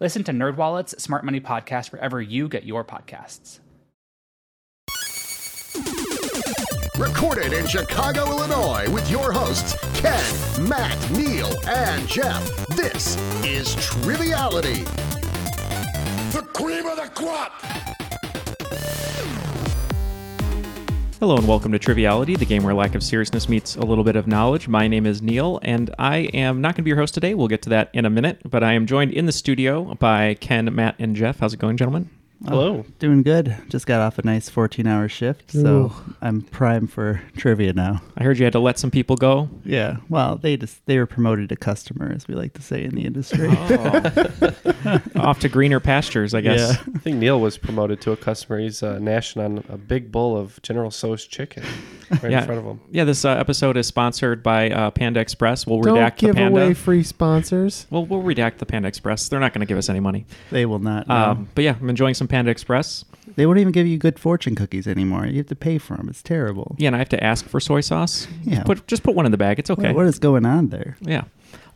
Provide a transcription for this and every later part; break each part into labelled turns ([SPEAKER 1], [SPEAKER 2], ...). [SPEAKER 1] Listen to NerdWallet's Smart Money Podcast wherever you get your podcasts.
[SPEAKER 2] Recorded in Chicago, Illinois, with your hosts, Ken, Matt, Neil, and Jeff. This is Triviality. The cream of the crop!
[SPEAKER 3] Hello and welcome to Triviality, the game where lack of seriousness meets a little bit of knowledge. My name is Neil, and I am not going to be your host today. We'll get to that in a minute, but I am joined in the studio by Ken, Matt, and Jeff. How's it going, gentlemen?
[SPEAKER 4] Hello. Oh, doing good. Just got off a nice 14 hour shift, so I'm prime for trivia now.
[SPEAKER 3] I heard you had to let some people go.
[SPEAKER 4] Yeah. Well, they just they were promoted to customer, as we like to say in the industry.
[SPEAKER 5] Oh.
[SPEAKER 3] Off to greener pastures, I guess.
[SPEAKER 5] I think Neil was promoted to a customer. He's uh, gnashing on a big bowl of General So's chicken right in front of him.
[SPEAKER 3] Yeah, this uh, episode is sponsored by uh, Panda Express. We'll redact the Panda.
[SPEAKER 6] free sponsors.
[SPEAKER 3] well, we'll redact the Panda Express. They're not going to give us any money.
[SPEAKER 4] they will not. no.
[SPEAKER 3] Um, but yeah, I'm enjoying some Panda Express.
[SPEAKER 4] they won't even give you good fortune cookies anymore. You have to pay for them. It's terrible.
[SPEAKER 3] Yeah, and I have to ask for soy sauce.
[SPEAKER 4] Yeah.
[SPEAKER 3] Put, just put one in the bag. It's
[SPEAKER 4] What-
[SPEAKER 3] okay.
[SPEAKER 4] what is going on there?
[SPEAKER 3] Yeah.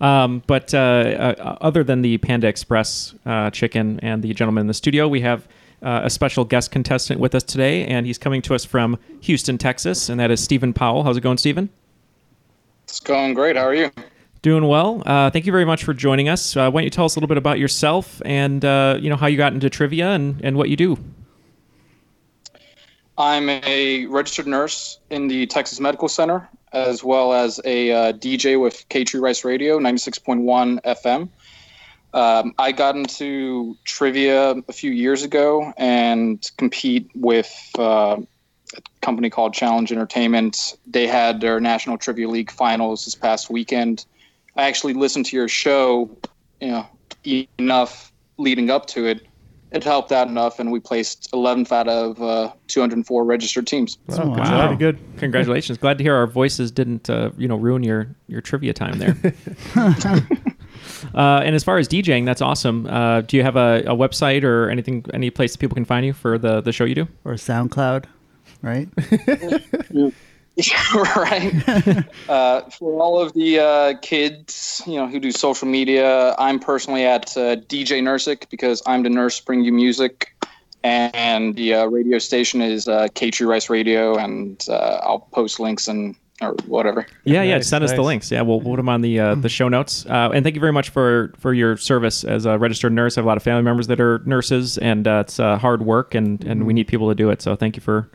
[SPEAKER 3] Um, but uh, uh, other than the Panda Express uh, chicken and the gentleman in the studio, we have uh, a special guest contestant with us today, and he's coming to us from Houston, Texas, and that is Stephen Powell. How's it going, Stephen?
[SPEAKER 7] It's going great. How are you?
[SPEAKER 3] Doing well. Uh, thank you very much for joining us. Uh, why don't you tell us a little bit about yourself and uh, you know how you got into trivia and, and what you do?
[SPEAKER 7] I'm a registered nurse in the Texas Medical Center, as well as a uh, DJ with K Tree Rice Radio, 96.1 FM. Um, I got into trivia a few years ago and compete with uh, a company called Challenge Entertainment. They had their National Trivia League finals this past weekend. I actually listened to your show, you know, enough leading up to it. It helped out enough, and we placed 11th out of uh, 204 registered teams.
[SPEAKER 4] Oh, wow.
[SPEAKER 3] Pretty good. Congratulations. Glad to hear our voices didn't uh, you know ruin your your trivia time there. uh, and as far as DJing, that's awesome. Uh, do you have a, a website or anything, any place that people can find you for the the show you do?
[SPEAKER 4] Or SoundCloud, right?
[SPEAKER 7] right. uh, for all of the uh, kids, you know, who do social media, I'm personally at uh, DJ Nursic because I'm the nurse bring you music, and the uh, radio station is uh, K Tree Rice Radio, and uh, I'll post links and or whatever.
[SPEAKER 3] Yeah, yeah.
[SPEAKER 5] Nice,
[SPEAKER 3] Send us the
[SPEAKER 5] nice. Mm-hmm.
[SPEAKER 3] links. Yeah, we'll put them on the uh, the show notes. Uh, and thank you very much for for your service as a registered nurse. I have a lot of family members that are nurses, and uh, it's uh, hard work, and and
[SPEAKER 5] Mm-hmm.
[SPEAKER 3] we need people to do it. So thank you for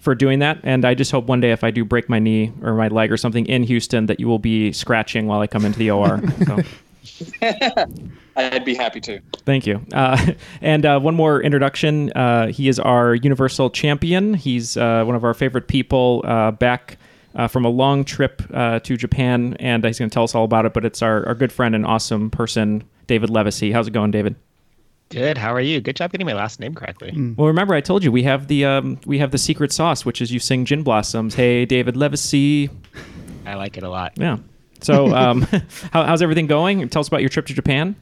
[SPEAKER 3] for doing that. And I just hope one day if I do break my knee or my leg or something in Houston, that you will be scratching while I come into the OR. So.
[SPEAKER 7] I'd be happy to.
[SPEAKER 3] Thank you. Uh, and uh, one more introduction. Uh, he is our universal champion. He's uh, one of our favorite people uh, back uh, from a long trip uh, to Japan, and he's going to tell us all about it. But it's our, our good friend and awesome person, David Levesey. How's it going, David?
[SPEAKER 8] Good. How are you? Good job getting my last name correctly.
[SPEAKER 5] Mm.
[SPEAKER 3] Well, remember I told you we have the um, we have the secret sauce, which is you sing Gin Blossoms. Hey, David Levesey.
[SPEAKER 8] I like it a lot.
[SPEAKER 3] Yeah. So, um, how, how's everything going? Tell us about your trip to Japan.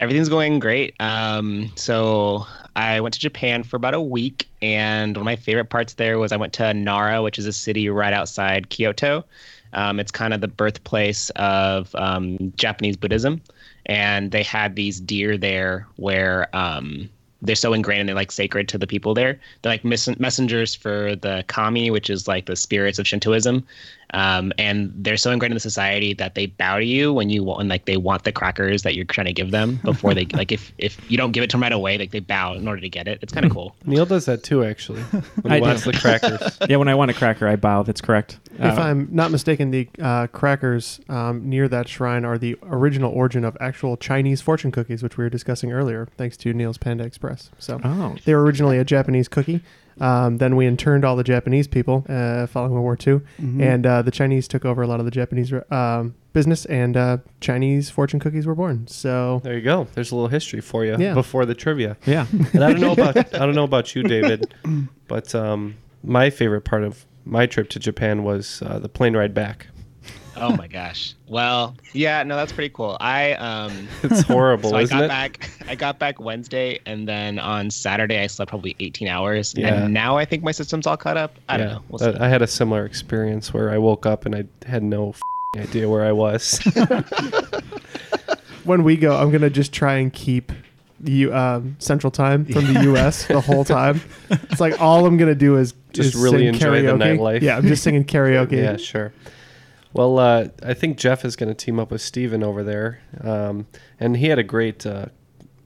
[SPEAKER 8] Everything's going great. Um, so I went to Japan for about a week, and one of my favorite parts there was I went to Nara, which is a city right outside Kyoto. Um, it's kind of the birthplace of um, Japanese Buddhism, and they had these deer there where um, they're so ingrained and like sacred to the people there. They're like mes- messengers for the kami, which is like the spirits of Shintoism, um, and they're so ingrained in the society that they bow to you when you want, and like they want the crackers that you're trying to give them before they like if if you don't give it to them right away, like they bow in order to get it. It's kind of cool.
[SPEAKER 5] Neil does that too, actually. When he wants the crackers.
[SPEAKER 3] yeah, when I want a cracker, I bow. That's correct.
[SPEAKER 6] If
[SPEAKER 3] Uh,
[SPEAKER 6] I'm not mistaken, the uh, crackers um, near that shrine are the original origin of actual Chinese fortune cookies, which we were discussing earlier, thanks to Neil's Panda Express. So
[SPEAKER 3] Oh.
[SPEAKER 6] they were originally a Japanese cookie. Um, then we interned all the Japanese people uh, following World War II,
[SPEAKER 3] Mm-hmm.
[SPEAKER 4] Mhm.
[SPEAKER 6] and uh, the Chinese took over a lot of the Japanese um, business, and uh, Chinese fortune cookies were born. So
[SPEAKER 5] there you go. There's a little history for you
[SPEAKER 6] Yeah.
[SPEAKER 5] before the trivia.
[SPEAKER 3] Yeah.
[SPEAKER 5] and I don't know about I don't know about you, David, but um, my favorite part of my trip to Japan was uh, the plane ride back.
[SPEAKER 8] Oh my gosh. Well, yeah, no, that's pretty cool. I um
[SPEAKER 5] It's horrible,
[SPEAKER 8] so I
[SPEAKER 5] isn't
[SPEAKER 8] got
[SPEAKER 5] it?
[SPEAKER 8] back I got back Wednesday and then on Saturday I slept probably 18 hours
[SPEAKER 5] Yeah.
[SPEAKER 8] and now I think my system's all caught up. I don't know. We'll
[SPEAKER 5] I-
[SPEAKER 8] see.
[SPEAKER 5] I had a similar experience where I woke up and I had no f***ing idea where I was.
[SPEAKER 6] when we go, I'm gonna just try and keep the U- um, Central Time from the U.S. the whole time. It's like all I'm gonna do is
[SPEAKER 5] Just
[SPEAKER 6] is
[SPEAKER 5] really
[SPEAKER 6] sing
[SPEAKER 5] enjoy the
[SPEAKER 6] karaoke.
[SPEAKER 5] nightlife.
[SPEAKER 6] Yeah, I'm just singing karaoke.
[SPEAKER 5] yeah, sure. Well, uh, I think Jeff is going to team up with Steven over there. Um, and he had a great uh,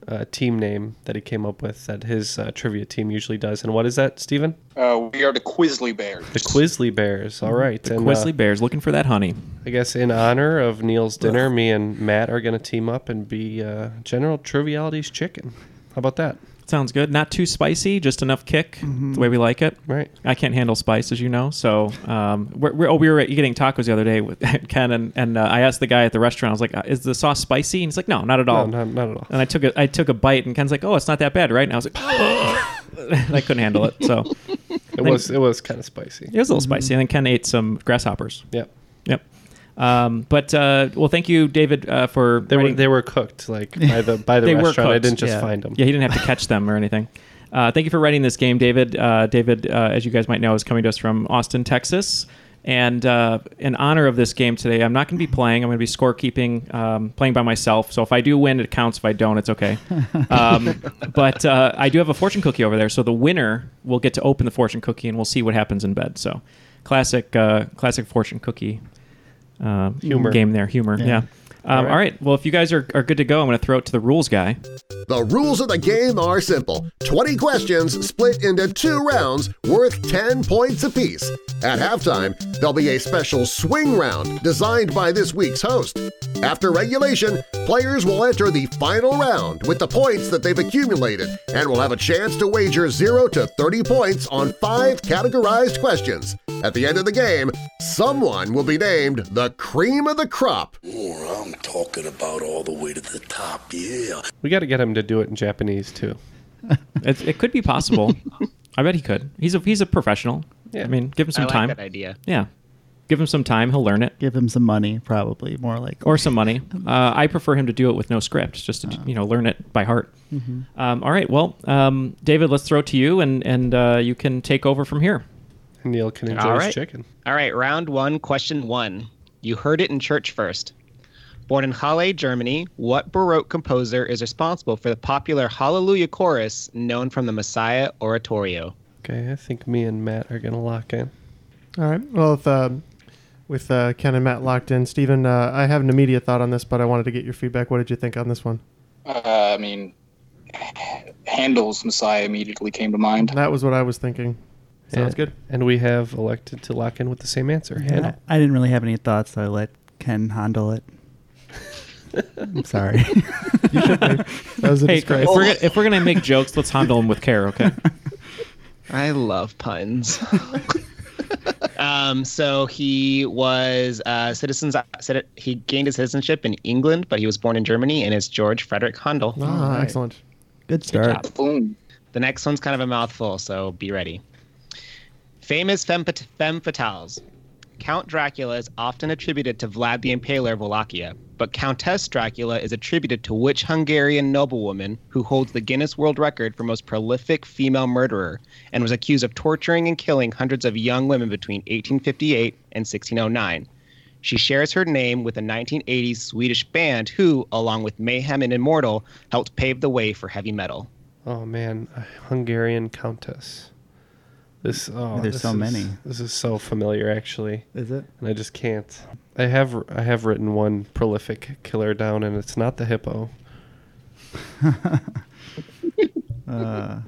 [SPEAKER 5] uh, team name that he came up with that his uh, trivia team usually does. And what is that, Steven?
[SPEAKER 7] Uh, we are the Quizzly Bears.
[SPEAKER 5] The Quizly Bears. All right.
[SPEAKER 3] Mm-hmm. The
[SPEAKER 5] and,
[SPEAKER 3] Quisley
[SPEAKER 5] uh,
[SPEAKER 3] Bears looking for that honey.
[SPEAKER 5] I guess in honor of Neil's dinner, me and Matt are going to team up and be uh, General Trivialities Chicken. How about that? Mm-hmm.
[SPEAKER 3] Sounds good. Not too spicy, just enough kick, the way we like it.
[SPEAKER 5] Right.
[SPEAKER 3] I can't handle spice, as you know. So, um, we're, we're, oh, we were getting tacos the other day with Ken, and, and uh, I asked the guy at the restaurant. I was like, "Uh, "Is the sauce spicy?" And he's like, "No, not at all."
[SPEAKER 5] No, not, not at all.
[SPEAKER 3] And I took a I took a bite, and Ken's like, "Oh, it's not that bad, right?" And I was like, and I couldn't handle it. So,
[SPEAKER 5] It was it was kind of spicy. Mm-hmm.
[SPEAKER 3] It was a little spicy. And then Ken ate some grasshoppers.
[SPEAKER 5] Yep.
[SPEAKER 3] Yep. Um, but uh, well, thank you, David, uh, for
[SPEAKER 5] They were they were cooked like by the by the
[SPEAKER 3] They were
[SPEAKER 5] restaurant. I
[SPEAKER 3] cooked.
[SPEAKER 5] didn't just
[SPEAKER 3] Yeah.
[SPEAKER 5] find them.
[SPEAKER 3] Yeah, he didn't have to catch them or anything. Uh, thank you for writing this game, David. Uh, David, uh, as you guys might know, is coming to us from Austin, Texas. And uh, in honor of this game today, I'm not going to be playing. I'm going to be scorekeeping, um, playing by myself. So if I do win, it counts. If I don't, it's okay. Um, but uh, I do have a fortune cookie over there. So the winner will get to open the fortune cookie, and we'll see what happens in bed. So classic, uh, classic fortune cookie uh,
[SPEAKER 5] Humor.
[SPEAKER 3] game there. Humor, yeah.
[SPEAKER 5] Yeah.
[SPEAKER 3] Um, all,
[SPEAKER 5] All
[SPEAKER 3] right.
[SPEAKER 5] right.
[SPEAKER 3] Well, if you guys are, are good to go, I'm going to throw it to the rules guy.
[SPEAKER 2] The rules of the game are simple 20 questions split into two rounds worth 10 points apiece. At halftime, there'll be a special swing round designed by this week's host. After regulation, players will enter the final round with the points that they've accumulated and will have a chance to wager 0 to 30 points on five categorized questions. At the end of the game, someone will be named the cream of the crop.
[SPEAKER 9] Or I'm talking about all the way to the top, yeah.
[SPEAKER 5] We got to get him to do it in Japanese too.
[SPEAKER 3] It, it could be possible. I bet he could. He's a he's a professional.
[SPEAKER 5] Yeah.
[SPEAKER 3] I mean, give him some
[SPEAKER 8] I like
[SPEAKER 3] time.
[SPEAKER 8] that idea.
[SPEAKER 3] Yeah. Give him some time. He'll learn it.
[SPEAKER 4] Give him some money, probably more like. Um, Oh.
[SPEAKER 3] Or some money. Uh, I prefer him to do it with no script, just to you know learn it by heart.
[SPEAKER 4] Mm-hmm.
[SPEAKER 3] Um, all right. Well, um, David, let's throw it to you, and and uh, you can take over from here.
[SPEAKER 5] Neil can enjoy
[SPEAKER 8] All
[SPEAKER 5] his
[SPEAKER 8] right.
[SPEAKER 5] chicken.
[SPEAKER 8] All right, round one, question one. You heard it in church first. Born in Halle, Germany, what Baroque composer is responsible for the popular Hallelujah chorus known from the Messiah Oratorio?
[SPEAKER 5] Okay, I think me and Matt are gonna lock in.
[SPEAKER 6] All right. Well, if, um, with uh, Ken and Matt locked in, Stephen, uh, I have an immediate thought on this, but I wanted to get your feedback. What did you think on this one?
[SPEAKER 7] Uh, I mean, Handel's Messiah immediately came to mind.
[SPEAKER 6] That was what I was thinking. Sounds
[SPEAKER 5] And-
[SPEAKER 6] good.
[SPEAKER 5] And we have elected to lock in with the same answer.
[SPEAKER 4] And I,
[SPEAKER 5] Hannah.
[SPEAKER 4] I didn't really have any thoughts, so I let Ken handle it. I'm sorry. Oh.
[SPEAKER 6] That was a
[SPEAKER 3] hey, if
[SPEAKER 6] disgrace.
[SPEAKER 3] we're gonna, if we're gonna make jokes, let's handle them with care. Okay.
[SPEAKER 8] I love puns. um, so he was uh, citizens. citi- He gained his citizenship in England, but he was born in Germany, and it's George Frederick Handel.
[SPEAKER 6] Ah, excellent.
[SPEAKER 4] Good start.
[SPEAKER 7] Boom.
[SPEAKER 8] The next one's kind of a mouthful, so be ready. Famous femme, fat- femme fatales. Count Dracula is often attributed to Vlad the Impaler of Wallachia, but Countess Dracula is attributed to which Hungarian noblewoman who holds the Guinness World Record for most prolific female murderer and was accused of torturing and killing hundreds of young women between 1858 and 1609? She shares her name with a 1980s Swedish band who, along with Mayhem and Immortal, helped pave the way for heavy metal.
[SPEAKER 5] Oh man, a Hungarian countess. This oh,
[SPEAKER 4] There's
[SPEAKER 5] this
[SPEAKER 4] so
[SPEAKER 5] is-
[SPEAKER 4] many.
[SPEAKER 5] This is so familiar, actually.
[SPEAKER 4] Is it?
[SPEAKER 5] And I just can't. I have I have written one prolific killer down, and it's not the hippo.
[SPEAKER 4] Uh,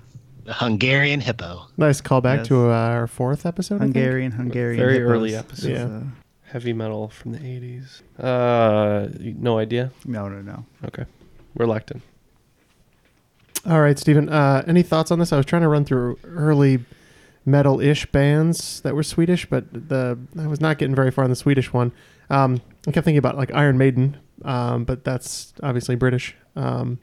[SPEAKER 8] The Hungarian hippo.
[SPEAKER 6] Nice callback
[SPEAKER 5] Yes.
[SPEAKER 6] to uh, our fourth episode. I think.
[SPEAKER 4] Hungarian, Hungarian.
[SPEAKER 5] Very
[SPEAKER 4] hippos. uh,
[SPEAKER 5] early episode.
[SPEAKER 6] Yeah.
[SPEAKER 5] Heavy metal from the eighties. Uh, no idea.
[SPEAKER 4] No, no, no.
[SPEAKER 5] Okay, we're locked in.
[SPEAKER 6] All right, Stephen. Uh, any thoughts on this? I was trying to run through early metal-ish bands that were Swedish, but the I was not getting very far on the Swedish one. Um, I kept thinking about like Iron Maiden, um, but that's obviously British. Um,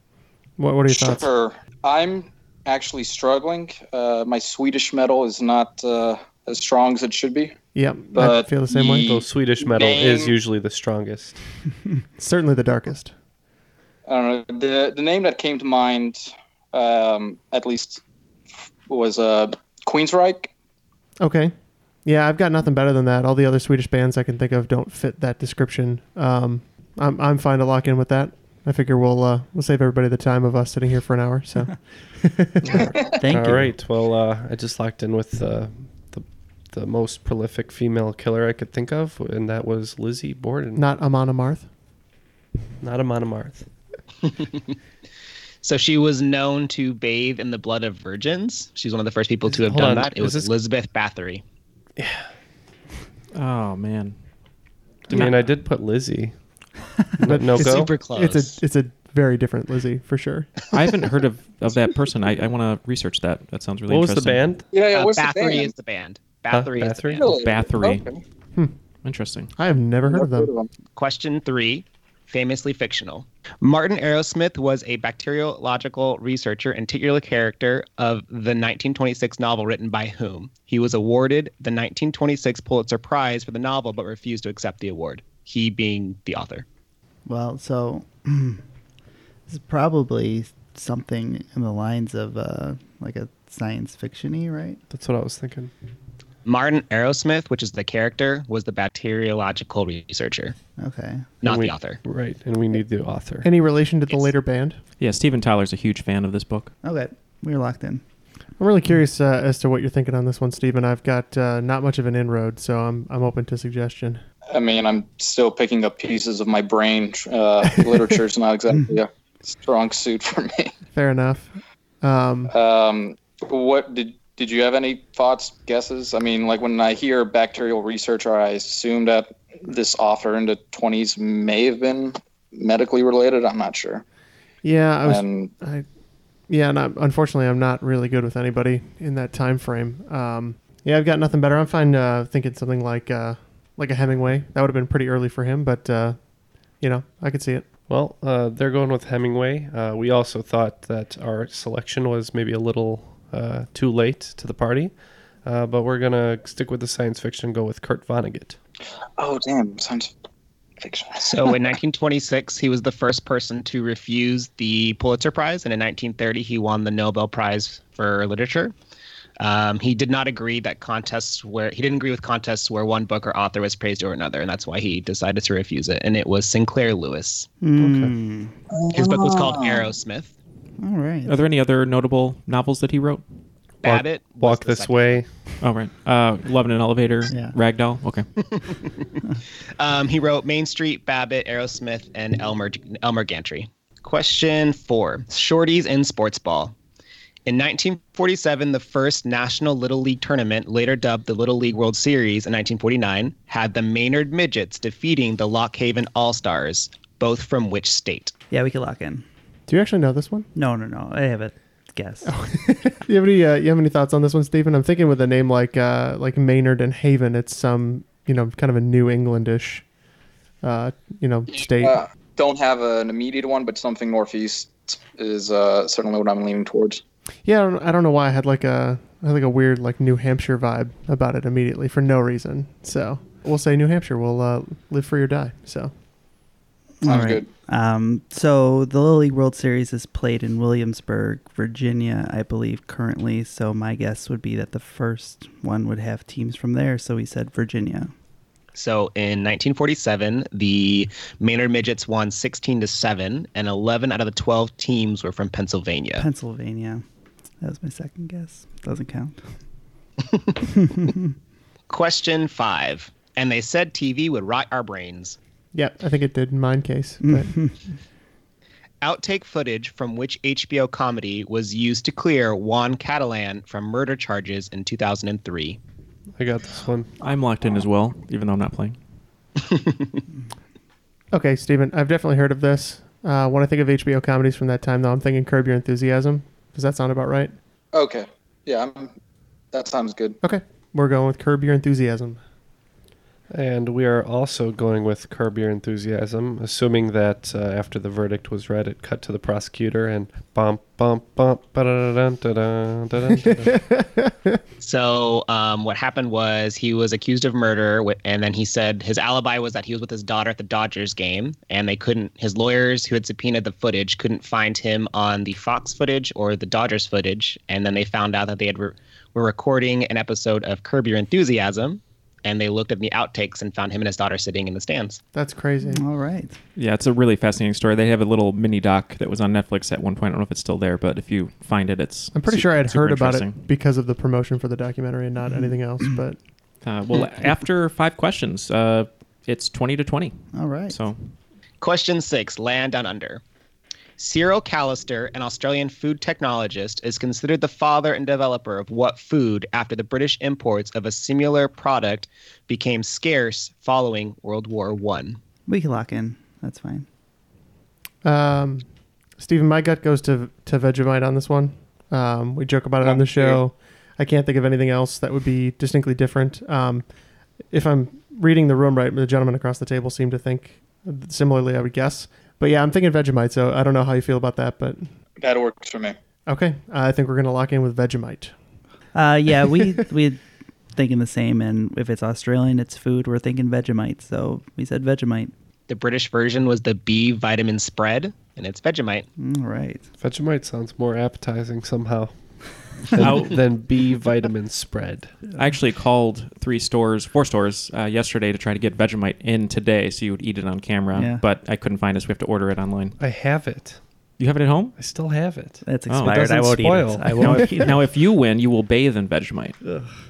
[SPEAKER 6] what, what are your thoughts?
[SPEAKER 7] Sure. I'm actually struggling. Uh, my Swedish metal is not uh, as strong as it should be.
[SPEAKER 6] Yep,
[SPEAKER 7] But
[SPEAKER 6] I feel the same way.
[SPEAKER 5] Though Swedish metal is
[SPEAKER 7] name-
[SPEAKER 5] usually the strongest.
[SPEAKER 6] Certainly the darkest.
[SPEAKER 7] I don't know. The, the name that came to mind, um, at least, was uh, Queensryche.
[SPEAKER 6] Okay. Yeah, I've got nothing better than that. All the other Swedish bands I can think of don't fit that description. Um, I'm I'm fine to lock in with that. I figure we'll uh, we'll save everybody the time of us sitting here for an hour. So
[SPEAKER 4] Thank you.
[SPEAKER 5] All right. Well, uh, I just locked in with uh, the the most prolific female killer I could think of, and that was Lizzie Borden.
[SPEAKER 6] not Amon Amarth.
[SPEAKER 5] Not a Monomarth.
[SPEAKER 8] So she was known to bathe in the blood of virgins. She's one of the first people to have
[SPEAKER 5] hold
[SPEAKER 8] done
[SPEAKER 5] on,
[SPEAKER 8] that. It
[SPEAKER 5] is
[SPEAKER 8] was
[SPEAKER 5] this-
[SPEAKER 8] Elizabeth Bathory.
[SPEAKER 3] Oh man.
[SPEAKER 5] I mean, I did put Lizzie. no, no
[SPEAKER 8] It's
[SPEAKER 5] go.
[SPEAKER 8] super close.
[SPEAKER 6] It's a it's a very different Lizzie for sure.
[SPEAKER 3] I haven't heard of, of that person. I, I want to research that. That sounds really
[SPEAKER 5] What was the
[SPEAKER 3] interesting.
[SPEAKER 5] band?
[SPEAKER 7] Yeah, yeah.
[SPEAKER 8] Uh,
[SPEAKER 7] what's the
[SPEAKER 8] Bathory
[SPEAKER 7] band?
[SPEAKER 8] is the band.
[SPEAKER 5] Huh?
[SPEAKER 8] Bathory is the
[SPEAKER 5] Bathory?
[SPEAKER 8] band.
[SPEAKER 7] Really?
[SPEAKER 3] Bathory.
[SPEAKER 7] Okay.
[SPEAKER 3] Interesting.
[SPEAKER 6] I have never heard of
[SPEAKER 7] Never heard
[SPEAKER 6] them.
[SPEAKER 7] of 'em.
[SPEAKER 8] Question three, famously fictional. Martin Arrowsmith was a bacteriological researcher and titular character of the 1926 novel written by whom? He was awarded the 1926 Pulitzer Prize for the novel but refused to accept the award, he being the author.
[SPEAKER 4] Well, so this is probably something in the lines of uh, like a science fiction-y, right?
[SPEAKER 5] That's what I was thinking.
[SPEAKER 8] Martin Arrowsmith, which is the character, was the bacteriological researcher,
[SPEAKER 4] Okay.
[SPEAKER 8] not
[SPEAKER 5] And we-
[SPEAKER 8] the author.
[SPEAKER 5] Right, and we need the author.
[SPEAKER 6] Any relation to the later band?
[SPEAKER 3] Yeah, Steven Tyler's a huge fan of this book.
[SPEAKER 4] Okay. We're locked in.
[SPEAKER 6] I'm really curious uh, as to what you're thinking on this one, Stephen. I've got uh, not much of an inroad, so I'm I'm open to suggestion.
[SPEAKER 7] I mean, I'm still picking up pieces of my brain. Uh, Literature is not exactly a strong suit for me.
[SPEAKER 6] Fair enough. Um,
[SPEAKER 7] Um, what did did you have any thoughts, guesses? I mean, like when I hear bacterial researcher, I assume that this author in the 20s may have been medically related. I'm not sure.
[SPEAKER 6] yeah, I was
[SPEAKER 7] and
[SPEAKER 6] I, yeah, and I'm, unfortunately, I'm not really good with anybody in that time frame. Um, yeah, I've got nothing better. I'm fine uh, thinking something like uh, like a Hemingway. That would have been pretty early for him, but uh, you know, I could see it.
[SPEAKER 5] Well, uh, they're going with Hemingway. Uh, we also thought that our selection was maybe a little uh, too late to the party, uh, but we're gonna stick with the science fiction. and Go with Kurt Vonnegut.
[SPEAKER 7] oh damn, science fiction.
[SPEAKER 8] So in 1926, he was the first person to refuse the Pulitzer Prize, and in 1930, he won the Nobel Prize for Literature. Um, he did not agree that contests where he didn't agree with contests where one book or author was praised over another, and that's why he decided to refuse it. And it was Sinclair Lewis.
[SPEAKER 6] Hmm.
[SPEAKER 4] Mm,
[SPEAKER 8] His book was
[SPEAKER 7] Ah.
[SPEAKER 8] called Aerosmith.
[SPEAKER 4] All right.
[SPEAKER 3] Are there any other notable novels that he wrote?
[SPEAKER 8] Babbitt. was
[SPEAKER 5] Walk
[SPEAKER 8] the
[SPEAKER 5] this
[SPEAKER 8] second.
[SPEAKER 5] way.
[SPEAKER 3] Oh right, uh, Love in an Elevator,
[SPEAKER 4] Yeah.
[SPEAKER 3] Ragdoll. Okay,
[SPEAKER 8] Um, he wrote Main Street, Babbitt, Aerosmith, and Elmer Elmer Gantry. Question four: Shorties in sports ball. In 1947, the first National Little League tournament, later dubbed the Little League World Series in 1949, had the Maynard Midgets defeating the Lock Haven All Stars, both from which state?
[SPEAKER 4] Yeah, we could lock in.
[SPEAKER 6] Do you actually know this one?
[SPEAKER 4] No, no, no. I have a guess.
[SPEAKER 6] Do you have any uh, you have any thoughts on this one, Stephen? I'm thinking with a name like uh, like Maynard and Haven, it's some you know kind of a New Englandish, uh, you know, state.
[SPEAKER 7] Uh, don't have an immediate one, but something northeast is uh, certainly what I'm leaning towards.
[SPEAKER 6] Yeah, I don't, I don't know why I had like a I had like a weird like New Hampshire vibe about it immediately for no reason. So we'll say New Hampshire will uh, live free or die. So
[SPEAKER 4] All
[SPEAKER 7] Sounds
[SPEAKER 4] right.
[SPEAKER 7] good.
[SPEAKER 4] Um, so the Little League World Series is played in Williamsburg, Virginia, I believe, currently. So my guess would be that the first one would have teams from there. So we said Virginia.
[SPEAKER 8] So in 1947, the Maynard Midgets won 16 to 7, and 11 out of the 12 teams were from Pennsylvania.
[SPEAKER 4] Pennsylvania. That was my second guess. Doesn't count.
[SPEAKER 8] Question five. And they said TV would rot our brains.
[SPEAKER 6] Yeah, I think it did in mine case. But
[SPEAKER 8] Outtake footage from which HBO comedy was used to clear Juan Catalan from murder charges in 2003.
[SPEAKER 5] I got this one.
[SPEAKER 3] I'm locked in as well, even though I'm not playing.
[SPEAKER 6] okay, Steven, I've definitely heard of this. Uh, when I think of HBO comedies from that time, though, I'm thinking Curb Your Enthusiasm. Does that sound about right?
[SPEAKER 7] Okay. Yeah, I'm, that sounds good.
[SPEAKER 6] Okay, we're going with Curb Your Enthusiasm.
[SPEAKER 5] And we are also going with Curb Your Enthusiasm, assuming that uh, after the verdict was read, it cut to the prosecutor and bump, bump, bump, ba-da-da-dun, da-dun, da-dun, da-dun.
[SPEAKER 8] So um, what happened was he was accused of murder, wi- and then he said his alibi was that he was with his daughter at the Dodgers game, and they couldn't. His lawyers, who had subpoenaed the footage, couldn't find him on the Fox footage or the Dodgers footage, and then they found out that they had re- were recording an episode of Curb Your Enthusiasm, and they looked at the outtakes and found him and his daughter sitting in the stands.
[SPEAKER 6] That's crazy.
[SPEAKER 4] All right.
[SPEAKER 3] Yeah, it's a really fascinating story. They have a little mini doc that was on Netflix at one point. I don't know if it's still there, but if you find it, it's.
[SPEAKER 6] I'm pretty
[SPEAKER 3] su-
[SPEAKER 6] sure I had
[SPEAKER 3] super
[SPEAKER 6] heard about
[SPEAKER 3] interesting. Mm-hmm.
[SPEAKER 6] it because of the promotion for the documentary and not anything else. But
[SPEAKER 3] Uh, well, after five questions, uh, it's 20 to 20.
[SPEAKER 4] All right.
[SPEAKER 3] So
[SPEAKER 8] Question six, land down under. Cyril Callister, an Australian food technologist, is considered the father and developer of what food after the British imports of a similar product became scarce following World War One.
[SPEAKER 4] We can lock in. That's fine.
[SPEAKER 6] Um, Stephen, my gut goes to to Vegemite on this one. Um, we joke about it on the show. I can't think of anything else that would be distinctly different. Um, if I'm reading the room right, the gentleman across the table seemed to think similarly. I would guess, but yeah, I'm thinking Vegemite. So I don't know how you feel about that, but
[SPEAKER 7] That works for me.
[SPEAKER 6] okay, I think we're gonna lock in with Vegemite.
[SPEAKER 4] Uh, yeah, we we thinking the same. And if it's Australian, it's food. We're thinking Vegemite. So we said Vegemite.
[SPEAKER 8] The British version was the B vitamin spread, and it's Vegemite.
[SPEAKER 4] All right.
[SPEAKER 5] Vegemite sounds more appetizing somehow than, than B vitamin spread.
[SPEAKER 3] I actually called three stores, four stores uh, yesterday to try to get Vegemite in today so you would eat it on camera,
[SPEAKER 5] Yeah.
[SPEAKER 3] but I couldn't find it, so we have to order it online.
[SPEAKER 5] I have it.
[SPEAKER 3] You have it at home?
[SPEAKER 5] I still have it.
[SPEAKER 4] That's
[SPEAKER 3] Oh.
[SPEAKER 5] expired. I won't eat it. Spoil. I won't
[SPEAKER 3] now, if,
[SPEAKER 5] eat it.
[SPEAKER 3] now if you win, you will bathe in Vegemite.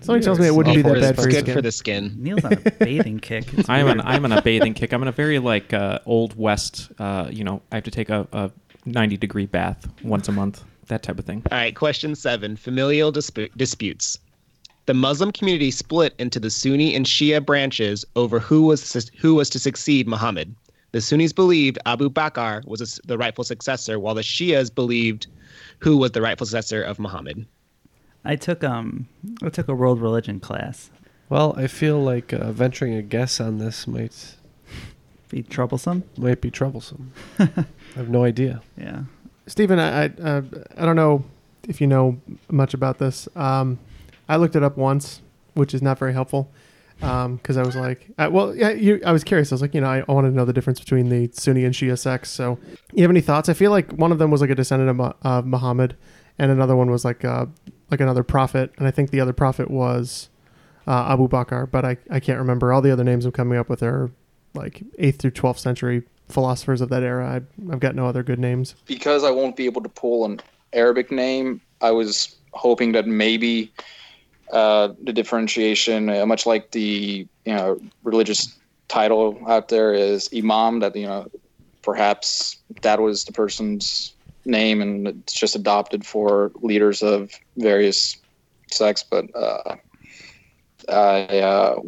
[SPEAKER 6] Somebody tells me it wouldn't be that bad Oh, for your skin.
[SPEAKER 4] Neil's on a bathing kick. It's
[SPEAKER 3] I'm on,
[SPEAKER 4] weird.
[SPEAKER 3] I'm on a bathing kick. I'm on a very like uh, old west. Uh, you know, I have to take a, a 90 degree bath once a month. That type of thing.
[SPEAKER 8] All right, question seven familial dispu- disputes. The Muslim community split into the Sunni and Shia branches over who was who was to succeed Muhammad. The Sunnis believed Abu Bakr was a- the rightful successor, while the Shias believed who was the rightful successor of Muhammad.
[SPEAKER 4] I took um I took a world religion class.
[SPEAKER 5] Well, I feel like uh, venturing a guess on this might
[SPEAKER 4] be troublesome.
[SPEAKER 5] Might be troublesome. I have no idea.
[SPEAKER 4] Yeah.
[SPEAKER 6] Stephen, I I, uh, I don't know if you know much about this. Um, I looked it up once, which is not very helpful, because I was like, I, well, yeah, you, I was curious. I was like, you know, I, I wanted to know the difference between the Sunni and Shia sects. So, you have any thoughts? I feel like one of them was like a descendant of Mu- uh, Muhammad, and another one was like uh, like another prophet, and I think the other prophet was uh, Abu Bakr, but I I can't remember all the other names I'm coming up with are like eighth through twelfth century philosophers of that era. I, I've got no other good names.
[SPEAKER 7] Because I won't be able to pull an Arabic name, I was hoping that maybe uh, the differentiation, uh, much like the you know religious title out there, is imam. That you know, perhaps that was the person's name, and it's just adopted for leaders of various sects. But uh, I uh,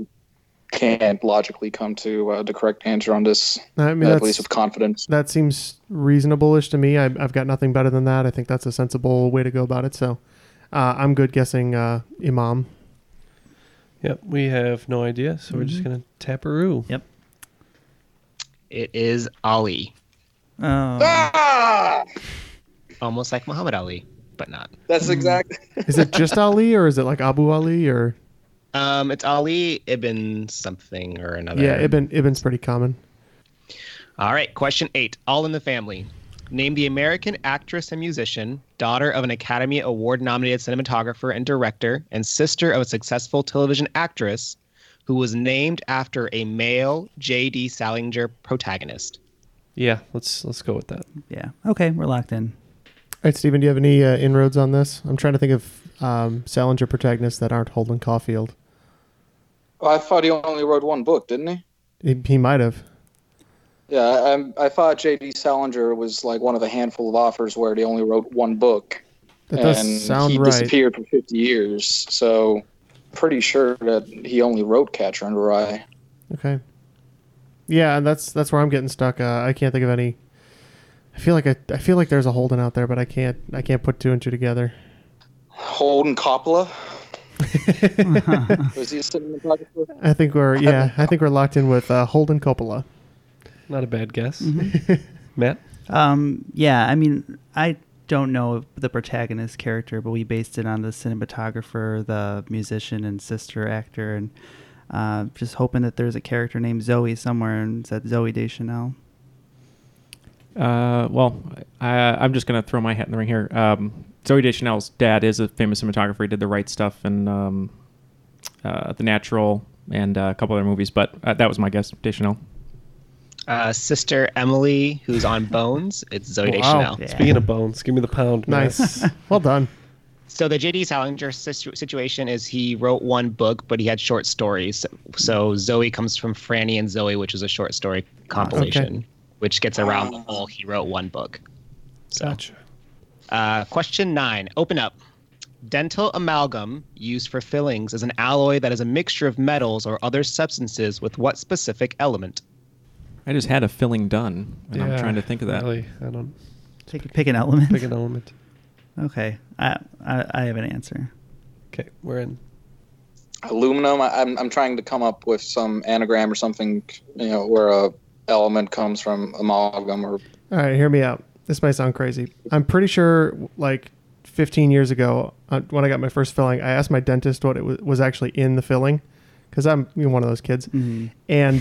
[SPEAKER 7] can't logically come to uh, the correct answer on this,
[SPEAKER 6] I mean,
[SPEAKER 7] at
[SPEAKER 6] that's-
[SPEAKER 7] least with confidence.
[SPEAKER 6] That seems reasonable-ish to me. I, I've got nothing better than that. I think that's a sensible way to go about it. So, uh, I'm good guessing uh, Imam.
[SPEAKER 5] Yep, we have no idea, so we're just
[SPEAKER 6] Mhm.
[SPEAKER 5] gonna taparoo.
[SPEAKER 4] Mm-hmm. Yep.
[SPEAKER 8] It is Ali,
[SPEAKER 6] Um,
[SPEAKER 8] Ah!
[SPEAKER 4] Oh.
[SPEAKER 8] almost like Muhammad Ali, but not.
[SPEAKER 7] That's exactly.
[SPEAKER 6] Is it just Ali or is it like Abu Ali or?
[SPEAKER 8] Um, it's Ali Ibn something or another.
[SPEAKER 6] Yeah, Ibn Ibn's pretty common.
[SPEAKER 8] All right, question eight. All in the family. Name the American actress and musician, daughter of an Academy Award nominated cinematographer and director, and sister of a successful television actress who was named after a male J.D. Salinger protagonist.
[SPEAKER 5] Yeah, let's let's go with that.
[SPEAKER 4] Yeah. Okay, we're locked in.
[SPEAKER 6] All right, Stephen, do you have any uh, inroads on this? I'm trying to think of um, Salinger protagonists that aren't Holden Caulfield.
[SPEAKER 7] I thought he only wrote one book, didn't he?
[SPEAKER 6] He, he might have.
[SPEAKER 7] Yeah, I, I thought J.D. Salinger was like one of a handful of authors where he only wrote one book,
[SPEAKER 6] That
[SPEAKER 7] and
[SPEAKER 6] does sound
[SPEAKER 7] he
[SPEAKER 6] right.
[SPEAKER 7] disappeared for fifty years. So, pretty sure that he only wrote Catcher in the Rye.
[SPEAKER 6] Okay. Yeah, and that's that's where I'm getting stuck. Uh, I can't think of any. I feel like I, I feel like there's a Holden out there, but I can't I can't put two and two together.
[SPEAKER 7] Holden Coppola. was he a cinematographer?
[SPEAKER 6] I think we're yeah I think we're locked in with uh, Holden Coppola.
[SPEAKER 5] Not a bad guess.
[SPEAKER 6] Mhm.
[SPEAKER 5] Matt?
[SPEAKER 4] Mm-hmm. Um, yeah, I mean, I don't know the protagonist character, but we based it on the cinematographer, the musician, and sister actor, and uh, just hoping that there's a character named Zoe somewhere, and it's that Zoe Deschanel.
[SPEAKER 3] Uh, well, I, I'm just gonna throw my hat in the ring here. Um, Zoe Deschanel's dad is a famous cinematographer. He did the right stuff and um, uh, The Natural and uh, a couple other movies, but uh, that was my guess. Deschanel.
[SPEAKER 8] Uh, sister Emily, who's on Bones, it's Zoe Deschanel.
[SPEAKER 5] Speaking of bones, give me the pound. man.
[SPEAKER 6] well done.
[SPEAKER 8] So the J.D. Salinger situ- situation is he wrote one book, but he had short stories. So Zoe comes from Franny and Zoe, which is a short story compilation, which gets around the whole he wrote one book. So.
[SPEAKER 5] Gotcha.
[SPEAKER 8] Uh, question nine. Open up. Dental amalgam used for fillings is an alloy that is a mixture of metals or other substances with what specific element?
[SPEAKER 3] I just had a filling done, and I'm
[SPEAKER 5] Yeah,
[SPEAKER 3] trying to think of that.
[SPEAKER 5] Really, I don't.
[SPEAKER 4] Pick, pick an element.
[SPEAKER 5] Pick an element.
[SPEAKER 4] Okay, I I, I have an answer.
[SPEAKER 5] Okay, we're in.
[SPEAKER 7] Aluminum. I, I'm I'm trying to come up with some anagram or something, you know, where a element comes from amalgam or
[SPEAKER 6] All right, hear me out. This might sound crazy. I'm pretty sure, like 15 years ago, uh, when I got my first filling, I asked my dentist what it was, was actually in the filling, because I'm you know, one of those kids. And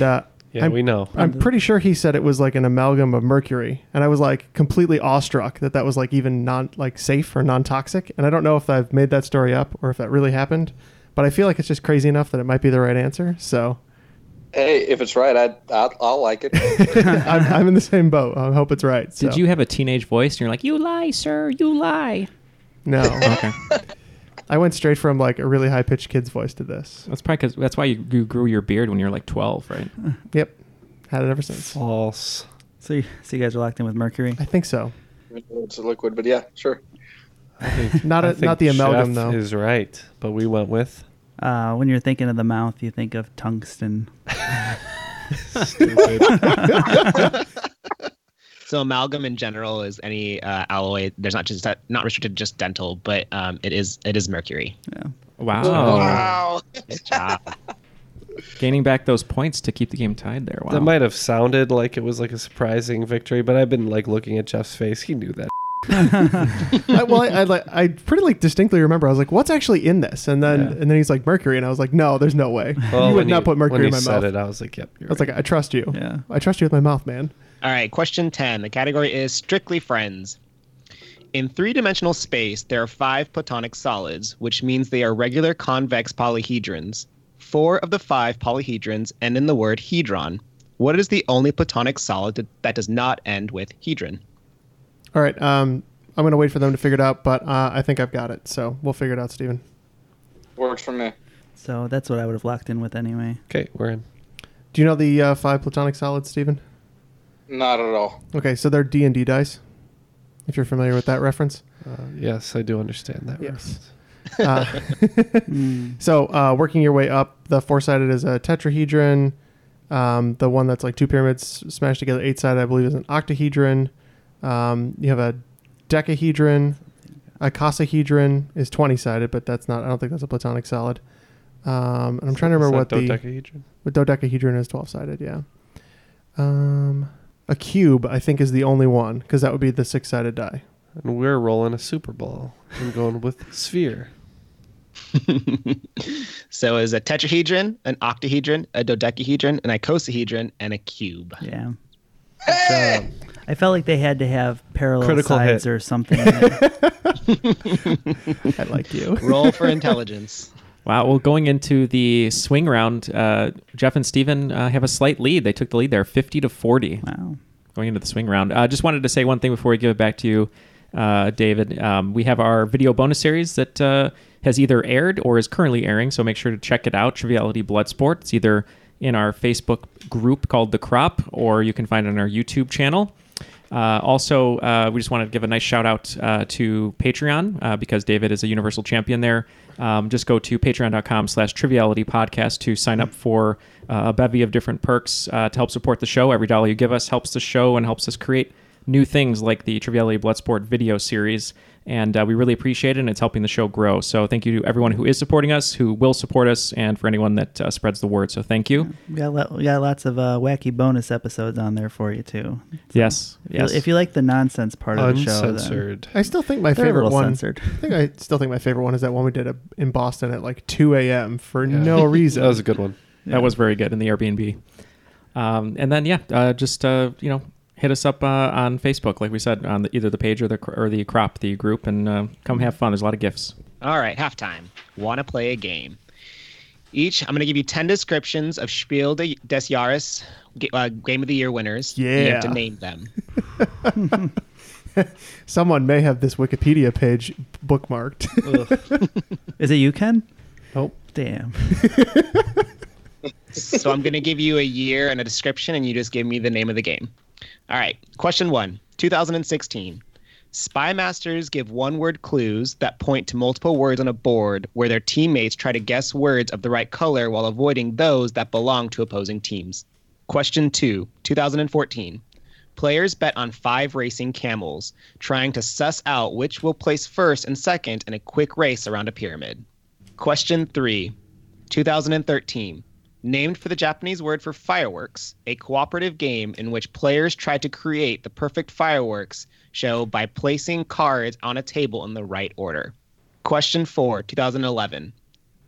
[SPEAKER 6] uh,
[SPEAKER 5] Mm-hmm. Yeah,
[SPEAKER 6] I'm-
[SPEAKER 5] we know.
[SPEAKER 6] I'm pretty sure he said it was like an amalgam of mercury, and I was like completely awestruck that that was like even non like safe or non toxic. And I don't know if I've made that story up or if that really happened, but I feel like it's just crazy enough that it might be the right answer. So
[SPEAKER 7] Hey, if it's right, I'd, I'll, I'll like it.
[SPEAKER 6] I'm, I'm in the same boat. I hope it's right.
[SPEAKER 3] Did
[SPEAKER 6] so.
[SPEAKER 3] you have a teenage voice? And you're like, you lie, sir. You lie.
[SPEAKER 6] No.
[SPEAKER 3] okay.
[SPEAKER 6] I went straight from like a really high pitched kid's voice to this.
[SPEAKER 3] That's probably because that's why you, you grew your beard when you were like 12, right?
[SPEAKER 6] Yep. Had it ever since.
[SPEAKER 5] False.
[SPEAKER 4] So, you, so you guys are locked in with Mercury.
[SPEAKER 6] I think so.
[SPEAKER 7] it's a liquid, but yeah, sure.
[SPEAKER 6] Not
[SPEAKER 5] I
[SPEAKER 6] a,
[SPEAKER 5] think
[SPEAKER 6] not the amalgam
[SPEAKER 5] Jeff
[SPEAKER 6] though.
[SPEAKER 5] Is right, but we went with
[SPEAKER 4] Uh, when you're thinking of the mouth, you think of tungsten.
[SPEAKER 8] So amalgam in general is any uh, alloy. There's not just not restricted to just dental, but um, it is it is mercury.
[SPEAKER 3] Wow.
[SPEAKER 8] Good job.
[SPEAKER 3] Gaining back those points to keep the game tied there. Wow.
[SPEAKER 5] That might have sounded like it was like a surprising victory, but I've been like looking at Jeff's face. He knew that.
[SPEAKER 6] I, well, I, I like I pretty like distinctly remember. I was like, "What's actually in this?" And then and then he's like, "Mercury," and I was like, "No, there's no way.
[SPEAKER 5] Well,
[SPEAKER 6] you would
[SPEAKER 5] when
[SPEAKER 6] not put
[SPEAKER 5] when
[SPEAKER 6] mercury in my
[SPEAKER 5] he said
[SPEAKER 6] mouth."
[SPEAKER 5] It, I was like, yep.
[SPEAKER 6] I
[SPEAKER 5] You're
[SPEAKER 6] was
[SPEAKER 5] right.
[SPEAKER 6] like, "I trust you.
[SPEAKER 4] Yeah.
[SPEAKER 6] I trust you with my mouth, man."
[SPEAKER 8] All right, question 10. The category is strictly friends. In three dimensional space, there are five platonic solids, which means they are regular convex polyhedrons. Four of the five polyhedrons end in the word hedron. What is the only platonic solid that, that does not end with hedron?
[SPEAKER 6] All right, um, I'm gonna wait for them to figure it out, but uh, I think I've got it. So we'll figure it out, Steven.
[SPEAKER 7] Works for me.
[SPEAKER 4] So that's what I would have locked in with anyway.
[SPEAKER 5] okay, we're in.
[SPEAKER 6] Do you know the uh, five platonic solids, Steven?
[SPEAKER 7] Not at all.
[SPEAKER 6] Okay, so they're D and D dice. If you're familiar with that reference.
[SPEAKER 5] Uh, yes, I do understand that.
[SPEAKER 6] Yes. Uh, so uh, working your way up, the four-sided is a tetrahedron. Um, the one that's like two pyramids smashed together, eight-sided, I believe, is an octahedron. Um, you have a decahedron. A cosahedron is twenty-sided, but that's not. I don't think that's a platonic solid. Um, and I'm trying to
[SPEAKER 5] Is
[SPEAKER 6] remember
[SPEAKER 5] that
[SPEAKER 6] what
[SPEAKER 5] dodecahedron?
[SPEAKER 6] the what dodecahedron is twelve-sided. Yeah. Um, a cube, I think, is the only one because that would be the six-sided die.
[SPEAKER 5] And we're rolling a Super Bowl. I'm going with sphere.
[SPEAKER 8] So is a tetrahedron, an octahedron, a dodecahedron, an icosahedron, and a cube.
[SPEAKER 4] Yeah. I felt like they had to have parallel
[SPEAKER 8] Critical
[SPEAKER 4] sides
[SPEAKER 8] hit.
[SPEAKER 4] or something. I
[SPEAKER 6] like you.
[SPEAKER 8] Roll for intelligence.
[SPEAKER 3] Wow. Well, going into the swing round, uh, Jeff and Steven uh, have a slight lead. They took the lead there, 50 to 40.
[SPEAKER 4] Wow.
[SPEAKER 3] Going into the swing round. I uh, just wanted to say one thing before we give it back to you, uh, David. Um, we have our video bonus series that uh, has either aired or is currently airing, so make sure to check it out Triviality Bloodsport. It's either in our Facebook group called The Crop, or you can find it on our YouTube channel. Uh, also, uh, we just want to give a nice shout out uh, to Patreon uh, because David is a universal champion there. Um, just go to patreon.com slash triviality podcast to sign up for uh, a bevy of different perks uh, to help support the show. Every dollar you give us helps the show and helps us create new things like the Triviality Bloodsport video series. And uh, we really appreciate it, and it's helping the show grow. So thank you to everyone who is supporting us, who will support us, and for anyone that uh, spreads the word. So thank you.
[SPEAKER 4] We got, lo- we got lots of uh, wacky bonus episodes on there for you too.
[SPEAKER 3] Yes,
[SPEAKER 4] If you-
[SPEAKER 3] yes.
[SPEAKER 4] If you like the nonsense part of the show, then-
[SPEAKER 6] I still think my
[SPEAKER 4] They're a
[SPEAKER 6] favorite
[SPEAKER 4] little
[SPEAKER 6] one.
[SPEAKER 4] Censored.
[SPEAKER 6] I think I still think my favorite one is that one we did uh, in Boston at like 2 a.m. for no reason.
[SPEAKER 5] that was a good one.
[SPEAKER 3] That was very good in the Airbnb. Um, and then yeah, uh, just uh, you know, hit us up uh, on Facebook, like we said, on the, either the page or the or the crop, the group, and uh, come have fun. There's a lot of gifts.
[SPEAKER 8] All right, halftime. Want to play a game? Each, I'm going to give you 10 descriptions of Spiel de, des Jahres, ga- uh, Game of the Year winners. You have to
[SPEAKER 6] Yeah.
[SPEAKER 8] name them.
[SPEAKER 6] Someone may have this Wikipedia page bookmarked.
[SPEAKER 4] is it you, Ken?
[SPEAKER 6] Nope.
[SPEAKER 4] Damn.
[SPEAKER 8] so I'm going to give you a year and a description, and you just give me the name of the game. All right. Question one 2016. Spy masters give one word clues that point to multiple words on a board where their teammates try to guess words of the right color while avoiding those that belong to opposing teams. Question two 2014. Players bet on five racing camels, trying to suss out which will place first and second in a quick race around a pyramid. Question three 2013. Named for the Japanese word for fireworks, a cooperative game in which players try to create the perfect fireworks show by placing cards on a table in the right order. Question 4, 2011.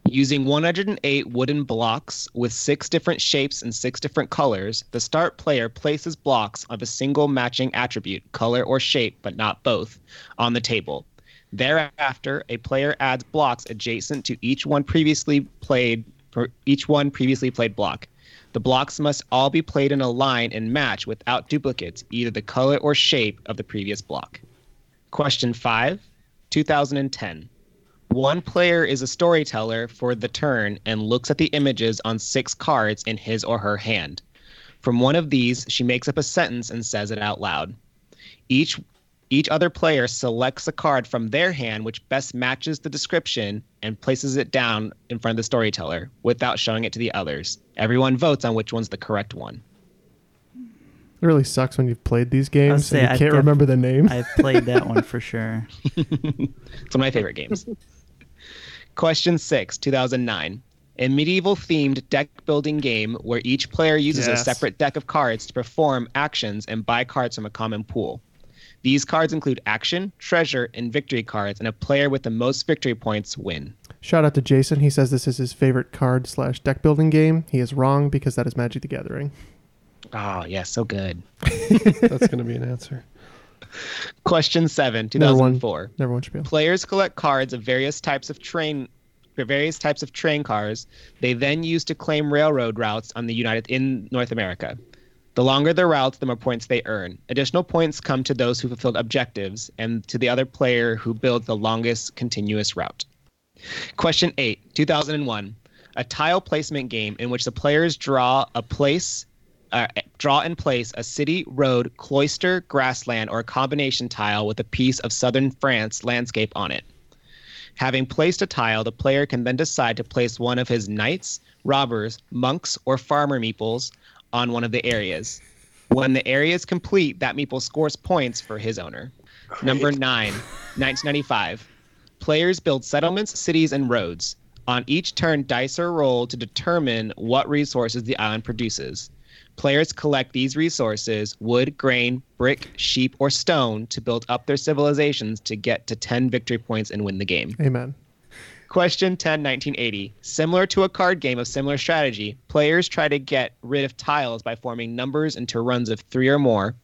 [SPEAKER 8] Using 108 wooden blocks with six different shapes and six different colors, the start player places blocks of a single matching attribute, color or shape, but not both, on the table. Thereafter, a player adds blocks adjacent to each one previously played per each one previously played block. The blocks must all be played in a line and match without duplicates, either the color or shape of the previous block. Question 5, 2010. One player is a storyteller for the turn and looks at the images on six cards in his or her hand. From one of these, she makes up a sentence and says it out loud. Each each other player selects a card from their hand which best matches the description and places it down in front of the storyteller without showing it to the others. Everyone votes on which one's the correct one.
[SPEAKER 6] It really sucks when you've played these
[SPEAKER 4] I'll
[SPEAKER 6] games
[SPEAKER 4] say
[SPEAKER 6] and you
[SPEAKER 4] I
[SPEAKER 6] can't
[SPEAKER 4] def-
[SPEAKER 6] remember the name.
[SPEAKER 4] I've played that one for sure.
[SPEAKER 8] It's one of my favorite games. Question six, 2009. A medieval themed deck building game where each player uses a
[SPEAKER 10] Yes.
[SPEAKER 8] separate deck of cards to perform actions and buy cards from a common pool. These cards include action, treasure, and victory cards, and a player with the most victory points win.
[SPEAKER 6] Shout out to Jason. He says this is his favorite card slash deck building game. He is wrong because that is Magic the Gathering.
[SPEAKER 8] Oh, yeah, so good.
[SPEAKER 5] That's going to be an answer.
[SPEAKER 8] Question seven,
[SPEAKER 6] Never won.
[SPEAKER 8] 2004.
[SPEAKER 6] Never won Spiel.
[SPEAKER 8] Players collect cards of various types of train for various types of train cars. They then use to claim railroad routes on the United in North America. The longer the routes, the more points they earn. Additional points come to those who fulfilled objectives and to the other player who built the longest continuous route. Question 8, 2001. A tile placement game in which the players draw a place uh, draw and place a city, road, cloister, grassland, or a combination tile with a piece of southern France landscape on it. Having placed a tile, the player can then decide to place one of his knights, robbers, monks, or farmer meeples on one of the areas. When the area is complete, that meeple scores points for his owner. Number nine, 1995. Players build settlements, cities, and roads. On each turn, dice are rolled to determine what resources the island produces. Players collect these resources wood, grain, brick, sheep, or stone to build up their civilizations to get to 10 victory points and win the game.
[SPEAKER 6] Amen.
[SPEAKER 8] Question 10, 1980. Similar to a card game of similar strategy, players try to get rid of tiles by forming numbers into runs of three or more,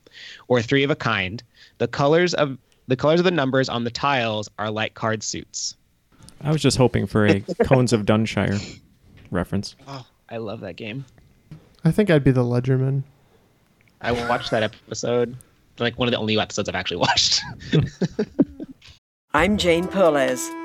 [SPEAKER 8] or three of a kind. The colors of the colors of the numbers on the tiles are like card suits.
[SPEAKER 3] I was just hoping for a Cones of Dunshire reference.
[SPEAKER 8] Oh, I love that game.
[SPEAKER 6] I think I'd be the Ledgerman.
[SPEAKER 8] I watched that episode. Like one of the only episodes I've actually watched.
[SPEAKER 10] I'm Jane Perlez,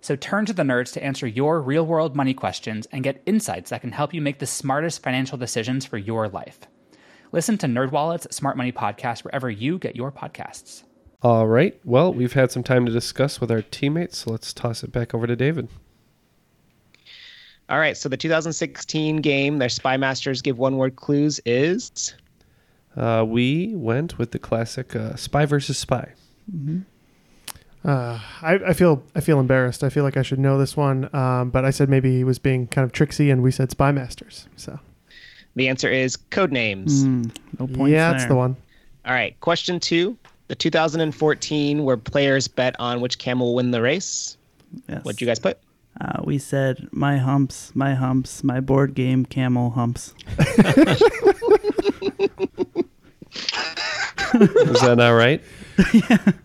[SPEAKER 1] So turn to the nerds to answer your real world money questions and get insights that can help you make the smartest financial decisions for your life. Listen to NerdWallet's Smart Money Podcast wherever you get your podcasts.
[SPEAKER 5] All right. Well, we've had some time to discuss with our teammates, so let's toss it back over to David.
[SPEAKER 8] All right. So the 2016 game, their Spy Masters give one word clues is
[SPEAKER 5] Uh, we went with the classic uh, spy versus spy.
[SPEAKER 6] Uh, I, I feel I feel embarrassed. I feel like I should know this one, um, but I said maybe he was being kind of tricksy, and we said Spy Masters. So
[SPEAKER 8] the answer is code names.
[SPEAKER 6] no
[SPEAKER 8] points
[SPEAKER 6] Yeah, that's
[SPEAKER 8] there.
[SPEAKER 6] the one.
[SPEAKER 8] All right. Question two. The 2014 where players bet on which camel will win the race. What'd you guys put?
[SPEAKER 4] Uh, we said, my humps, my humps, my board game camel humps.
[SPEAKER 5] Is that not right?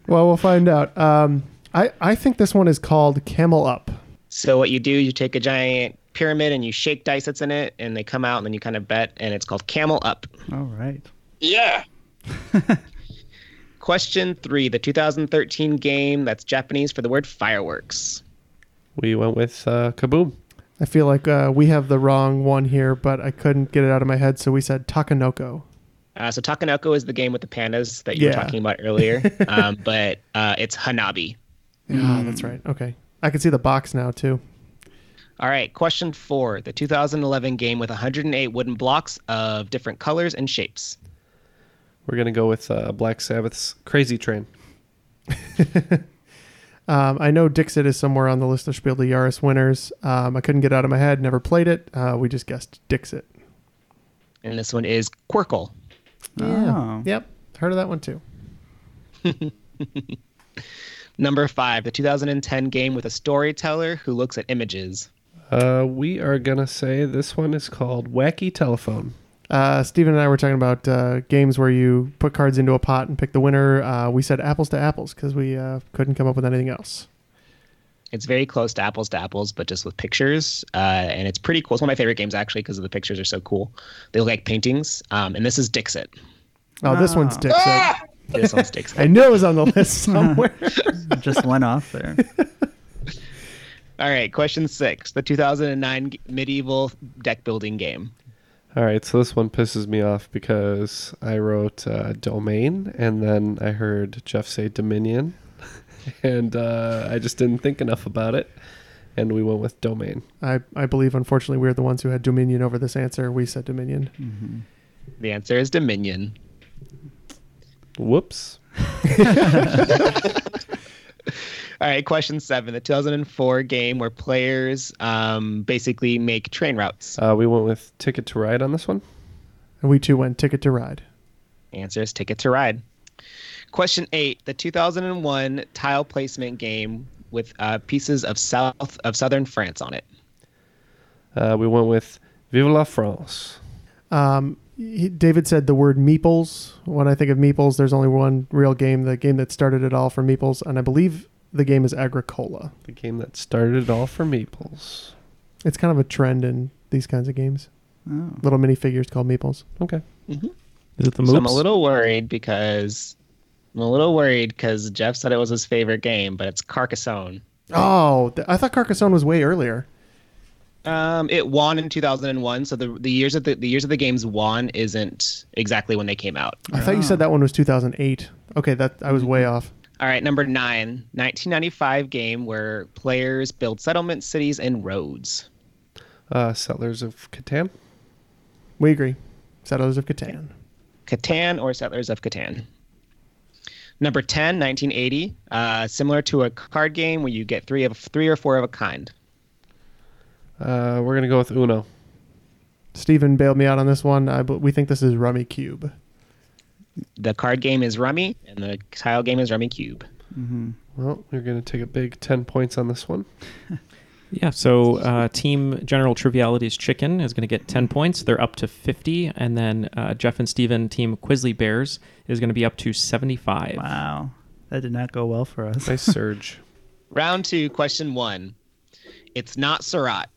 [SPEAKER 6] well, we'll find out. Um, I I think this one is called Camel Up.
[SPEAKER 8] So what you do, you take a giant pyramid and you shake dice that's in it, and they come out, and then you kind of bet, and it's called Camel Up.
[SPEAKER 4] All right.
[SPEAKER 7] Yeah.
[SPEAKER 8] Question three: the 2013 game that's Japanese for the word fireworks.
[SPEAKER 5] We went with uh, Kaboom.
[SPEAKER 6] I feel like uh, we have the wrong one here, but I couldn't get it out of my head, so we said Takanoko.
[SPEAKER 8] Uh, so Takanoko is the game with the pandas that you
[SPEAKER 6] Yeah.
[SPEAKER 8] were talking about earlier, um, but uh, it's Hanabi.
[SPEAKER 6] Ah, that's right. Okay, I can see the box now too.
[SPEAKER 8] All right. Question four: the 2011 game with 108 wooden blocks of different colors and shapes.
[SPEAKER 5] We're gonna go with uh, Black Sabbath's Crazy Train.
[SPEAKER 6] Um, I know Dixit is somewhere on the list of Spiel des Jahres winners. Um, I couldn't get it out of my head. Never played it. Uh, we just guessed Dixit.
[SPEAKER 8] And this one is Quirkle.
[SPEAKER 6] Yeah. Yep. Heard of that one too.
[SPEAKER 8] Number five, the 2010 game with a storyteller who looks at images.
[SPEAKER 5] Uh, we are gonna say this one is called Wacky Telephone.
[SPEAKER 6] Uh, Steven and I were talking about uh, games where you put cards into a pot and pick the winner. Uh, we said apples to apples because we uh, couldn't come up with anything else.
[SPEAKER 8] It's very close to apples to apples, but just with pictures. Uh, and it's pretty cool. It's one of my favorite games, actually, because the pictures are so cool. They look like paintings. Um, and this is Dixit.
[SPEAKER 6] Oh, this one's
[SPEAKER 8] Ah.
[SPEAKER 6] Dixit.
[SPEAKER 8] This one's Dixit.
[SPEAKER 6] I knew it was on the list somewhere.
[SPEAKER 4] Just went off there.
[SPEAKER 8] All right, question six, the 2009 g- medieval deck building game.
[SPEAKER 5] All right, so this one pisses me off because I wrote uh, domain and then I heard Jeff say dominion, and uh, I just didn't think enough about it, and we went with domain.
[SPEAKER 6] I, I believe, unfortunately, we're the ones who had Dominion over this answer. We said
[SPEAKER 5] Mm-hmm.
[SPEAKER 6] Dominion.
[SPEAKER 8] The answer is Dominion.
[SPEAKER 5] Whoops.
[SPEAKER 8] All right, question seven: the 2004 game where players um, basically make train routes.
[SPEAKER 5] Uh, we went with Ticket to Ride on this one.
[SPEAKER 6] And we too went ticket to ride.
[SPEAKER 8] Answer is Ticket to Ride. Question eight: the 2001 tile placement game with uh, pieces of south of southern France on it.
[SPEAKER 5] Uh, we went with Vive la France.
[SPEAKER 6] Um, he, David said the word meeples. When I think of meeples, there's only one real game, the game that started it all for meeples, and I believe the game is Agricola.
[SPEAKER 5] The game that started it all for meeples.
[SPEAKER 6] It's kind of a trend in these kinds of games.
[SPEAKER 5] Oh.
[SPEAKER 6] Little minifigures called meeples.
[SPEAKER 5] Okay.
[SPEAKER 8] Mhm.
[SPEAKER 6] Is it the
[SPEAKER 8] So I'm a little worried because I'm a little worried because Jeff said it was his favorite game, but it's Carcassonne.
[SPEAKER 6] Oh, th- I thought Carcassonne was way earlier.
[SPEAKER 8] Um, it won in 2001, so the the years of the, the years of the games won isn't exactly when they came out.
[SPEAKER 6] I thought you
[SPEAKER 5] Ah.
[SPEAKER 6] said that one was 2008. Okay, that I was
[SPEAKER 5] Mm-hmm.
[SPEAKER 6] way off.
[SPEAKER 8] All right, number nine, 1995 game where players build settlements, cities, and roads.
[SPEAKER 5] Uh, Settlers of Catan.
[SPEAKER 6] We agree. Settlers of Catan.
[SPEAKER 8] Catan or Settlers of Catan. Number 10, 1980, uh, similar to a card game where you get three of three or four of a kind.
[SPEAKER 5] Uh, we're gonna go with Uno.
[SPEAKER 6] Steven bailed me out on this one. I, but we think this is Rummy Cube.
[SPEAKER 8] The card game is Rummy, and the tile game is Rummy Cube.
[SPEAKER 5] Mm-hmm. Well, you're gonna take a big ten points on this one.
[SPEAKER 3] Yeah, so uh, Team General Trivialities Chicken is going to get 10 points. They're up to 50. And then uh, Jeff and Steven, Team Quizzly Bears, is going to be up to 75.
[SPEAKER 4] Wow. That did not go well for us.
[SPEAKER 5] Nice surge.
[SPEAKER 8] Round two, question one. It's not Surat.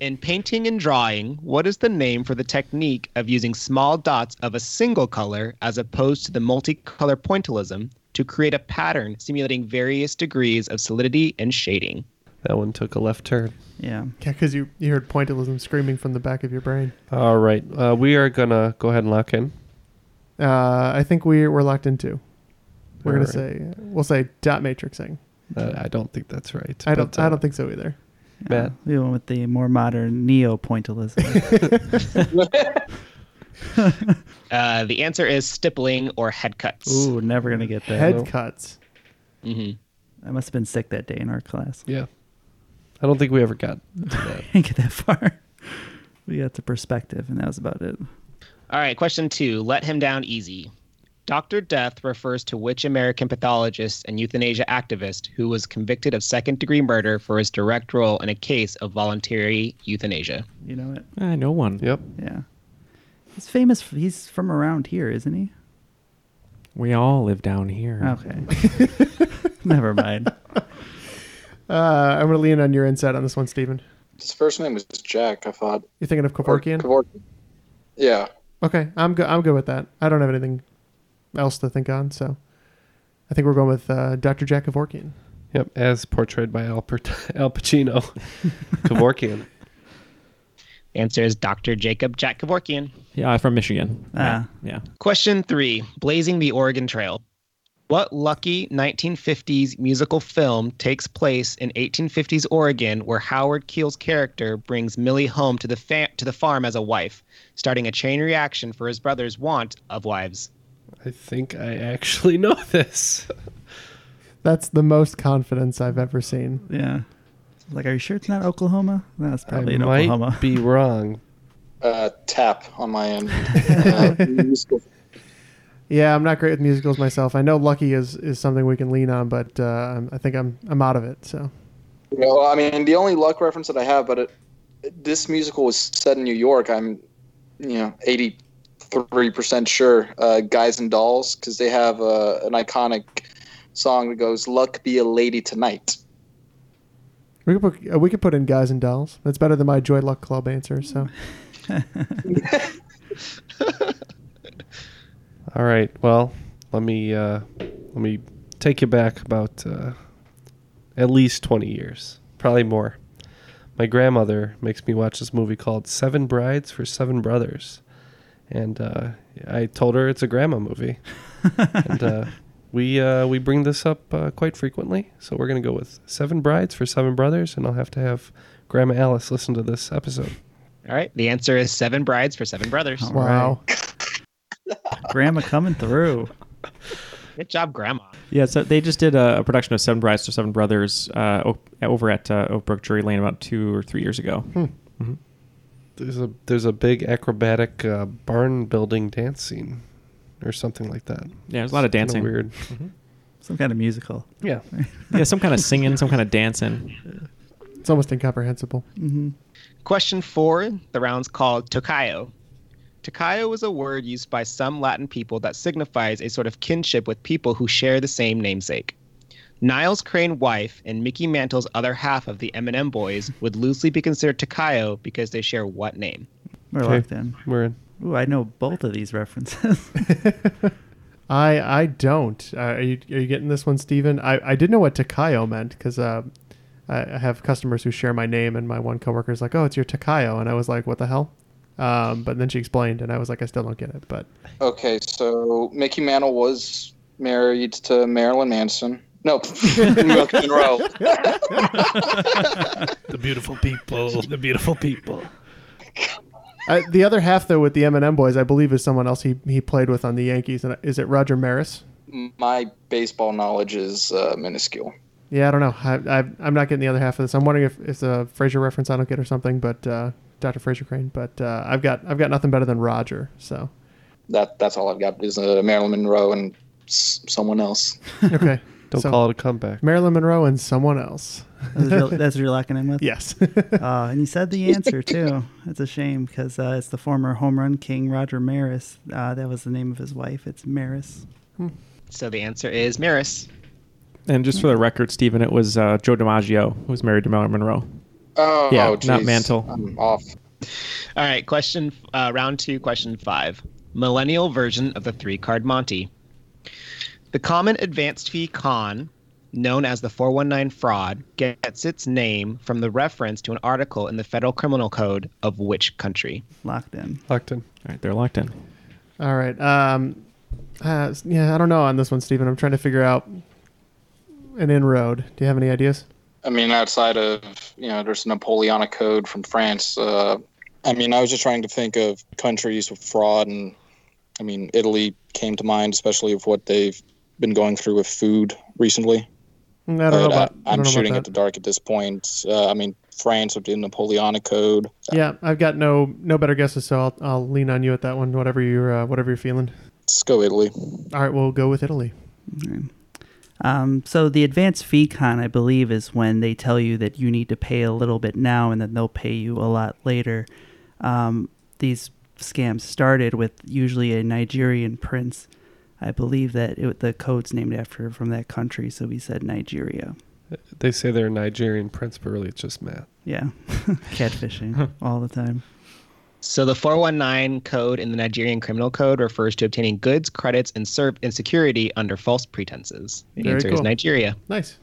[SPEAKER 8] In painting and drawing, what is the name for the technique of using small dots of a single color as opposed to the multicolor pointillism to create a pattern simulating various degrees of solidity and shading?
[SPEAKER 5] That one took a left turn.
[SPEAKER 4] Yeah.
[SPEAKER 6] Yeah, because you, you heard pointillism screaming from the back of your brain.
[SPEAKER 5] All right, uh, we are gonna go ahead and lock in.
[SPEAKER 6] Uh, I think we, we're locked into. We're going
[SPEAKER 5] Alright.
[SPEAKER 6] to say, we'll say dot matrixing.
[SPEAKER 5] Uh, I don't think that's right.
[SPEAKER 6] I don't,
[SPEAKER 5] but, uh,
[SPEAKER 6] I don't think so either.
[SPEAKER 5] Matt.
[SPEAKER 4] We went with the more modern neo pointillism.
[SPEAKER 8] Uh, the answer is stippling or head cuts.
[SPEAKER 4] Ooh, never going to get that.
[SPEAKER 6] Head cuts.
[SPEAKER 4] Mm-hmm. I must have been sick that day in our class.
[SPEAKER 5] Yeah. I don't think we ever got to that.
[SPEAKER 4] didn't get that far. We got to perspective, and that was about it.
[SPEAKER 8] All right, question two. Let him down easy. Dr. Death refers to which American pathologist and euthanasia activist who was convicted of second degree murder for his direct role in a case of voluntary euthanasia?
[SPEAKER 4] You know it.
[SPEAKER 3] I know Eh, one.
[SPEAKER 5] Yep.
[SPEAKER 4] Yeah. He's famous. For, he's from around here, isn't he?
[SPEAKER 3] We all live down here.
[SPEAKER 4] Okay. Never mind.
[SPEAKER 6] Uh, I'm going to lean on your insight on this one, Steven.
[SPEAKER 7] His first name was Jack, I thought.
[SPEAKER 6] You're thinking of Kevorkian?
[SPEAKER 7] Kevorkian. Yeah.
[SPEAKER 6] Okay, I'm good. I'm good with that. I don't have anything else to think on, so I think we're going with uh, Dr. Jack Kevorkian.
[SPEAKER 5] Yep, as portrayed by Al, Pat- Al Pacino, Kevorkian.
[SPEAKER 8] Answer is Dr. Jacob Jack Kevorkian.
[SPEAKER 3] Yeah, from Michigan.
[SPEAKER 4] Ah.
[SPEAKER 3] Yeah.
[SPEAKER 8] Question three Blazing the Oregon Trail. What lucky 1950s musical film takes place in 1850s Oregon where Howard Keel's character brings Millie home to the, fa- to the farm as a wife, starting a chain reaction for his brother's want of wives?
[SPEAKER 5] I think I actually know this.
[SPEAKER 6] That's the most confidence I've ever seen.
[SPEAKER 4] Yeah. Like, are you sure it's not Oklahoma? No, it's probably
[SPEAKER 5] I
[SPEAKER 4] in
[SPEAKER 5] might
[SPEAKER 4] Oklahoma.
[SPEAKER 5] be wrong.
[SPEAKER 7] Uh, tap on my end. Uh, musical-
[SPEAKER 6] Yeah, I'm not great with musicals myself. I know Lucky is is something we can lean on, but uh, I'm- I think I'm I'm out of it. So
[SPEAKER 7] you know, I mean, the only luck reference that I have, but it, this musical was set in New York. I'm, you know, 83% sure. Uh, Guys and Dolls, because they have uh, an iconic song that goes, Luck be a lady tonight.
[SPEAKER 6] we could put uh, we could put in guys and dolls. That's better than my Joy Luck Club answer. So
[SPEAKER 5] All right, well, let me uh, let me take you back about uh, at least twenty years, probably more. My grandmother makes me watch this movie called Seven Brides for Seven Brothers, and uh, I told her it's a grandma movie, and uh, we uh, we bring this up uh, quite frequently. So we're gonna go with Seven Brides for Seven Brothers, and I'll have to have Grandma Alice listen to this episode.
[SPEAKER 8] All right. The answer is Seven Brides for Seven Brothers.
[SPEAKER 5] Wow.
[SPEAKER 4] Grandma coming through.
[SPEAKER 8] Good job, Grandma.
[SPEAKER 3] Yeah, so they just did a, a production of Seven Brides to Seven Brothers uh, o- over at uh, Oak Brook Drury Lane about two or three years ago.
[SPEAKER 5] There's a there's a big acrobatic uh, barn building dance scene, or something like that.
[SPEAKER 3] Yeah, there's a lot of
[SPEAKER 5] It's
[SPEAKER 3] dancing.
[SPEAKER 5] kinda Weird.
[SPEAKER 4] Some kind of musical.
[SPEAKER 5] Yeah.
[SPEAKER 3] yeah, some kind of singing, some kind of dancing.
[SPEAKER 6] It's almost incomprehensible.
[SPEAKER 4] Mm-hmm.
[SPEAKER 8] Question four, the round's called Tocayo. Tocayo is a word used by some Latin people that signifies a sort of kinship with people who share the same namesake. Niles Crane's wife and Mickey Mantle's other half of the Eminem Boys would loosely be considered Tocayo because they share what name?
[SPEAKER 4] We're
[SPEAKER 8] Okay,
[SPEAKER 4] locked in.
[SPEAKER 5] We're in.
[SPEAKER 4] Ooh, I know both of these references.
[SPEAKER 6] I I don't. Uh, are you are you getting this one, Steven? I, I did know what Takayo meant because uh, I I have customers who share my name, and my one coworker is like, "Oh, it's your Takayo," and I was like, "What the hell?" Um, but then she explained, and I was like, "I still don't get it." But
[SPEAKER 7] Okay, so Mickey Mantle was married to Marilyn Manson. No, Marilyn Monroe.
[SPEAKER 11] the beautiful people. The beautiful people.
[SPEAKER 6] I, the other half, though, with the M&M boys, I believe is someone else he he played with on the Yankees, and uh, is it Roger Maris?
[SPEAKER 7] My baseball knowledge is uh, minuscule.
[SPEAKER 6] Yeah, I don't know. I, I I'm not getting the other half of this. I'm wondering if it's a Fraser reference I don't get or something, but uh, Dr. Fraser Crane. But uh, I've got I've got nothing better than Roger. So
[SPEAKER 7] That that's all I've got is uh, Marilyn Monroe and s- someone else.
[SPEAKER 6] okay,
[SPEAKER 5] Don't
[SPEAKER 6] So-
[SPEAKER 5] call it a comeback.
[SPEAKER 6] Marilyn Monroe and someone else.
[SPEAKER 4] That's what you're- that's what you're locking in with?
[SPEAKER 6] Yes.
[SPEAKER 4] uh, and you said the answer, too. It's a shame because uh, it's the former home run king, Roger Maris. Uh, that was the name of his wife. It's Maris.
[SPEAKER 8] So the answer is Maris.
[SPEAKER 3] And just for the record, Stephen, it was uh, Joe DiMaggio who was married to Marilyn Monroe.
[SPEAKER 8] Oh,
[SPEAKER 3] yeah,
[SPEAKER 8] oh,
[SPEAKER 3] not
[SPEAKER 8] geez.
[SPEAKER 3] Mantle.
[SPEAKER 7] I'm off.
[SPEAKER 8] All right, question uh, round two, question five. Millennial version of the three card Monty. The common advanced fee con, known as the 419 fraud, gets its name from the reference to an article in the Federal Criminal Code of which country?
[SPEAKER 4] Locked in.
[SPEAKER 5] Locked in.
[SPEAKER 3] All right, they're locked in.
[SPEAKER 6] All right. Um, uh, s- yeah, I don't know on this one, Stephen. I'm trying to figure out an inroad. Do you have any ideas?
[SPEAKER 7] I mean, outside of you know, there's Napoleonic Code from France. Uh, I mean, I was just trying to think of countries with fraud, and I mean, Italy came to mind, especially of what they've been going through with food recently.
[SPEAKER 6] Mm, I don't know
[SPEAKER 7] But,
[SPEAKER 6] about.
[SPEAKER 7] uh,
[SPEAKER 6] I
[SPEAKER 7] I'm
[SPEAKER 6] don't know
[SPEAKER 7] shooting
[SPEAKER 6] about
[SPEAKER 7] at the dark at this point. Uh, I mean, France with the Napoleonic Code.
[SPEAKER 6] that. Yeah, I've got no no better guesses, so I'll, I'll lean on you at that one. Whatever you're uh, whatever you're feeling.
[SPEAKER 7] Let's go Italy.
[SPEAKER 6] All right, we'll go with Italy.
[SPEAKER 4] Um, so the advance fee con, I believe, is when they tell you that you need to pay a little bit now, and then they'll pay you a lot later. Um, these scams started with usually a Nigerian prince. I believe that it, the code's named after from that country, so we said Nigeria.
[SPEAKER 5] They say they're Nigerian prince, but really it's just Matt.
[SPEAKER 4] Yeah, catfishing all the time.
[SPEAKER 8] So the 419 code in the Nigerian Criminal Code refers to obtaining goods, credits, and serve and security under false pretenses. The
[SPEAKER 3] Very
[SPEAKER 8] answer is
[SPEAKER 3] cool.
[SPEAKER 8] Nigeria.
[SPEAKER 6] Nice.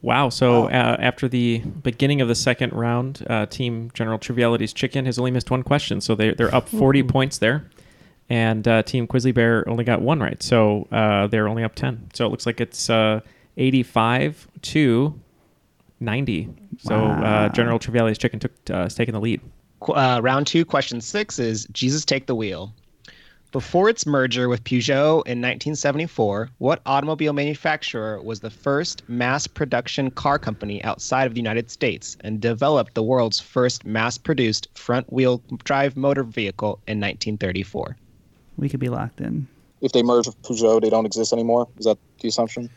[SPEAKER 3] Wow. So Uh, after the beginning of the second round, uh, Team General Trivialities Chicken has only missed one question, so they they're up forty points there, and uh, Team Quizzly Bear only got one right, so uh, they're only up ten. So it looks like it's uh, eighty-five to ninety. So
[SPEAKER 8] Wow.
[SPEAKER 3] uh, General Trivialities Chicken took uh, is taking the lead.
[SPEAKER 8] Qu- uh, round two, question six is Jesus Take the Wheel. Before its merger with Peugeot in 1974, what automobile manufacturer was the first mass production car company outside of the United States and developed the world's first mass produced front wheel drive motor vehicle in 1934?
[SPEAKER 4] We could be locked in.
[SPEAKER 7] If they merge with Peugeot, they don't exist anymore. Is that the assumption?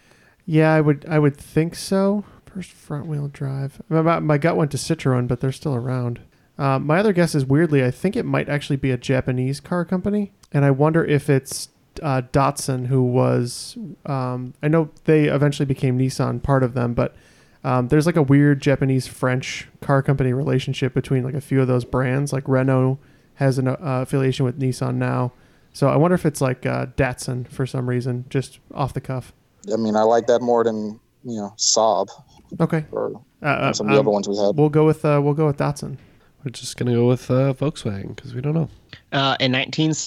[SPEAKER 6] Yeah, I would I would think so. First front wheel drive. My- My, my gut went to Citroen, but they're still around. Uh, my other guess is weirdly, I think it might actually be a Japanese car company, and I wonder if it's uh, Datsun, who was um, I know they eventually became Nissan, part of them, but um, there's like a weird Japanese French car company relationship between like a few of those brands. Like Renault has an uh, affiliation with Nissan now, so I wonder if it's like uh, Datsun for some reason, just off the cuff.
[SPEAKER 7] I mean, I like that more than you know Saab
[SPEAKER 6] Okay.
[SPEAKER 7] or
[SPEAKER 6] Uh, uh,
[SPEAKER 7] some of the
[SPEAKER 6] um,
[SPEAKER 7] other ones we had.
[SPEAKER 6] We'll go with uh, we'll go with Datsun.
[SPEAKER 5] We're just gonna go with uh, Volkswagen because we don't know.
[SPEAKER 8] Uh, in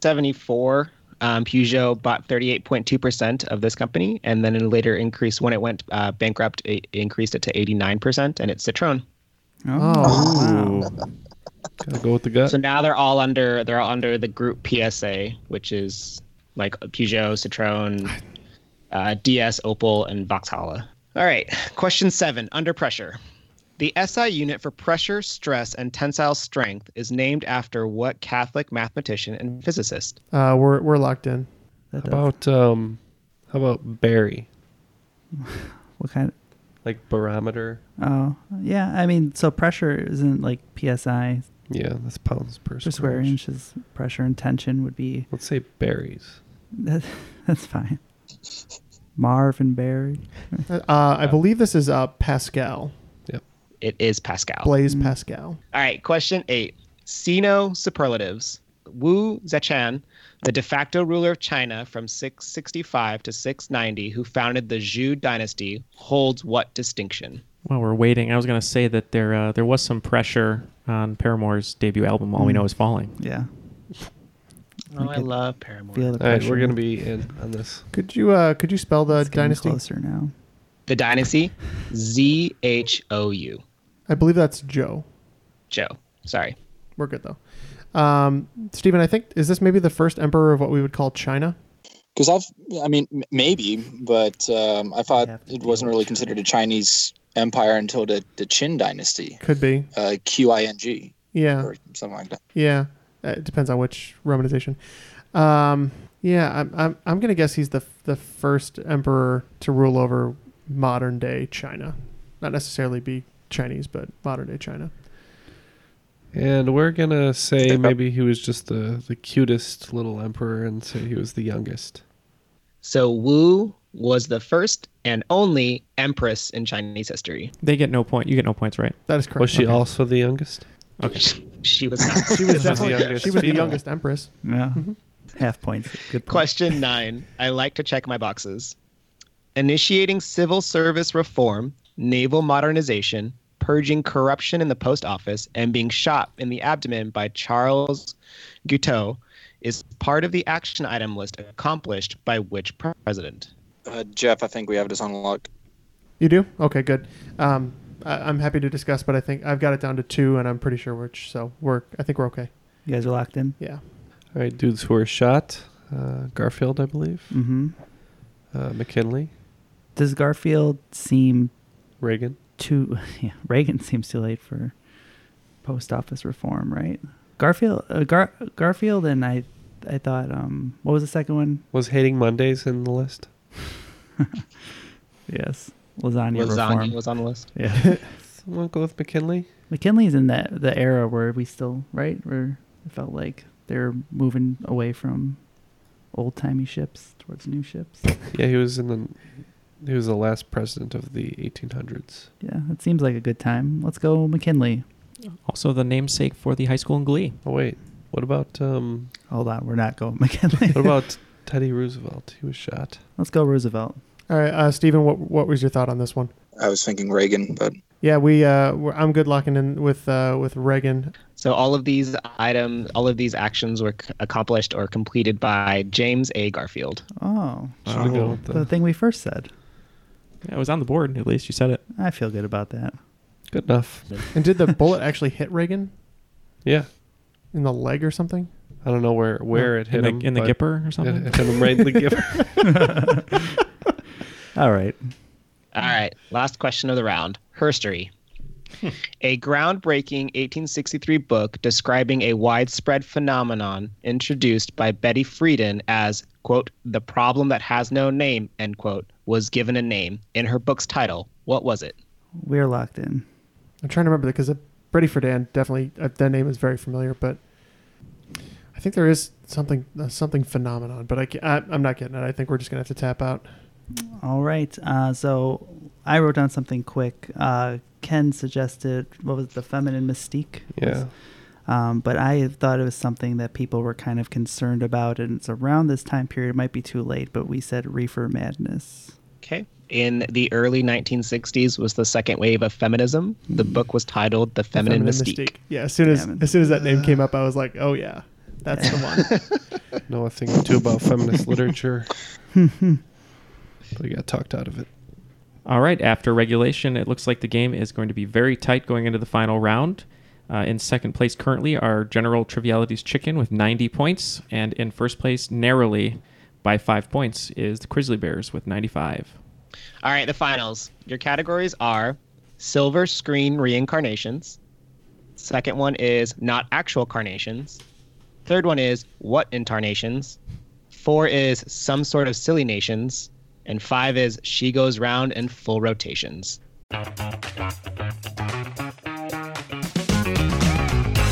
[SPEAKER 8] 1974, um, Peugeot bought 38.2% of this company, and then it later increased when it went uh, bankrupt, it increased it to 89%, and it's Citroën.
[SPEAKER 6] Oh,
[SPEAKER 5] Gotta go with the gut.
[SPEAKER 8] So now they're all under they're all under the group PSA, which is like Peugeot, Citroën, uh, DS, Opal, and Voxhalla. All right, question seven under pressure. The SI unit for pressure, stress, and tensile strength is named after what Catholic mathematician and physicist?
[SPEAKER 6] Uh, we're we're locked in.
[SPEAKER 5] How about um, how about Barry?
[SPEAKER 4] what kind? Of,
[SPEAKER 5] like barometer.
[SPEAKER 4] Oh, yeah. I mean, so pressure isn't like psi.
[SPEAKER 5] Yeah, that's pounds per
[SPEAKER 4] per square inch. Is pressure and tension would be.
[SPEAKER 5] Let's say berries.
[SPEAKER 4] That, that's fine. Marvin Berry.
[SPEAKER 6] Uh, I believe this is uh, Pascal.
[SPEAKER 5] Yep.
[SPEAKER 8] It is Pascal.
[SPEAKER 6] Blaise
[SPEAKER 4] Hmm.
[SPEAKER 6] Pascal.
[SPEAKER 8] All right, question eight. Sino superlatives. Wu Zechan, the de facto ruler of China from 665 to 690, who founded the Zhou dynasty, holds what distinction?
[SPEAKER 3] While we're waiting, I was going to say that there uh, there was some pressure on Paramore's debut album. All we
[SPEAKER 4] Mm.
[SPEAKER 3] know is falling.
[SPEAKER 4] Yeah.
[SPEAKER 8] Oh, I love Paramore.
[SPEAKER 4] Feel
[SPEAKER 5] All
[SPEAKER 4] the
[SPEAKER 5] right,
[SPEAKER 4] pressure.
[SPEAKER 5] we're gonna be in on this.
[SPEAKER 6] Could you uh, could you spell the
[SPEAKER 4] getting
[SPEAKER 6] dynasty?
[SPEAKER 4] closer now.
[SPEAKER 8] The dynasty? Z H O U.
[SPEAKER 6] I believe that's Joe.
[SPEAKER 8] Joe. Sorry.
[SPEAKER 6] We're good though. Um, Stephen, I think is this maybe the first emperor of what we would call China?
[SPEAKER 7] Because I've, I mean, m- maybe, but um, I thought it wasn't really considered a Chinese empire until the, the Qin dynasty,
[SPEAKER 6] Could be.
[SPEAKER 7] uh, Q I N G,
[SPEAKER 6] Yeah.
[SPEAKER 7] or something like that.
[SPEAKER 6] Yeah, Uh, it depends on which Romanization. Um, yeah, I'm, I'm, I'm gonna guess he's the f- the first emperor to rule over modern day China, not necessarily be Chinese, but modern day China.
[SPEAKER 5] And we're gonna say maybe he was just the the cutest little emperor, and say he was the youngest.
[SPEAKER 8] So Wu was the first and only empress in Chinese history.
[SPEAKER 3] They get no point. You get no points, right?
[SPEAKER 6] That is correct.
[SPEAKER 5] Was she
[SPEAKER 3] Okay.
[SPEAKER 5] also the youngest?
[SPEAKER 3] Okay.
[SPEAKER 8] She was not.
[SPEAKER 6] She was definitely she was the youngest empress. Mm-hmm.
[SPEAKER 4] Yeah. Half points. Good point.
[SPEAKER 8] Question nine. I like to check my boxes. Initiating civil service reform, naval modernization, purging corruption in the post office, and being shot in the abdomen by Charles Guiteau is part of the action item list accomplished by which president?
[SPEAKER 7] Uh, Jeff, I think we have this unlocked.
[SPEAKER 6] You do? Okay, good. Um, I, I'm happy to discuss, but I think I've got it down to two, and I'm pretty sure which. So we're I think we're okay.
[SPEAKER 4] You guys are locked in.
[SPEAKER 6] Yeah.
[SPEAKER 5] All right, dudes who were shot. Uh, Garfield, I believe.
[SPEAKER 4] Mm-hmm.
[SPEAKER 5] Uh, McKinley,
[SPEAKER 4] Does Garfield seem
[SPEAKER 5] Reagan.
[SPEAKER 4] too? Yeah, Reagan seems too late for post office reform, right? Garfield, uh, Gar, Garfield, and I, I thought, um, what was the second one?
[SPEAKER 5] Was hating Mondays in the list?
[SPEAKER 4] Yes, lasagna, reform.
[SPEAKER 8] Lasagna was on the list.
[SPEAKER 4] Yeah,
[SPEAKER 5] Someone go with McKinley.
[SPEAKER 4] McKinley's in that the era where we still right where it felt like they're moving away from old timey ships towards new ships.
[SPEAKER 5] Yeah, he was in the. He was the last president of the 1800s.
[SPEAKER 4] yeah, it seems like a good time. Let's go McKinley.
[SPEAKER 3] Also, the namesake for the high school in Glee.
[SPEAKER 5] Oh wait, what about um?
[SPEAKER 4] Hold on, we're not going McKinley.
[SPEAKER 5] what about Teddy Roosevelt? He was shot.
[SPEAKER 4] Let's go Roosevelt.
[SPEAKER 6] All right, uh, Stephen, what what was your thought on this one?
[SPEAKER 7] I was thinking Reagan, but
[SPEAKER 6] Yeah, we uh, we're, I'm good locking in with uh, with Reagan.
[SPEAKER 8] So all of these items, all of these actions were c- accomplished or completed by James A. Garfield.
[SPEAKER 4] Oh,
[SPEAKER 5] Should've gone with
[SPEAKER 4] the,
[SPEAKER 5] the-
[SPEAKER 4] thing we first said.
[SPEAKER 3] Yeah, it was on the board. At least you said it.
[SPEAKER 4] I feel good about that.
[SPEAKER 5] Good enough.
[SPEAKER 6] And did the bullet actually hit Reagan
[SPEAKER 5] Yeah,
[SPEAKER 6] in the leg or something? Oh.
[SPEAKER 5] I don't know where where it
[SPEAKER 3] in
[SPEAKER 5] hit
[SPEAKER 3] the,
[SPEAKER 5] him
[SPEAKER 3] in the
[SPEAKER 5] but
[SPEAKER 3] Gipper or something.
[SPEAKER 5] It hit him right in the Gipper.
[SPEAKER 4] All right.
[SPEAKER 8] All right, last question of the round. Herstory.
[SPEAKER 6] Hmm.
[SPEAKER 8] a groundbreaking 1863 book describing a widespread phenomenon introduced by Betty Friedan as, quote, the problem that has no name, end quote, was given a name in her book's title. What was it?
[SPEAKER 4] We're locked in.
[SPEAKER 6] I'm trying to remember because Brady Friedan definitely uh, that name is very familiar, but I think there is something uh, something phenomenon, but I, ca- I I'm not getting it. I think we're just gonna have to tap out.
[SPEAKER 4] All right. Uh, so I wrote down something quick. Uh, Ken suggested what was it, the feminine mystique?
[SPEAKER 5] Yeah.
[SPEAKER 4] Um, but I thought it was something that people were kind of concerned about, and it's around this time period. It might be too late, but we said reefer madness.
[SPEAKER 8] Okay. In the early 1960s was the second wave of feminism. The book was titled The Feminine, Mystique.
[SPEAKER 6] Yeah, as soon as
[SPEAKER 4] Damn it.
[SPEAKER 6] as soon as that name came up, I was like, oh yeah, that's the one.
[SPEAKER 5] know a thing or two about feminist literature, but he got talked out of it.
[SPEAKER 3] All right, after regulation, it looks like the game is going to be very tight going into the final round. Uh, in second place currently are General Trivialities Chicken with 90 points, and in first place narrowly by five points is the Grizzly Bears with 95.
[SPEAKER 8] All right, the finals. Your categories are silver screen reincarnations. Second one is not actual carnations. Third one is what incarnations. Four is some sort of silly nations. And five is she goes round in full rotations.
[SPEAKER 12] Hey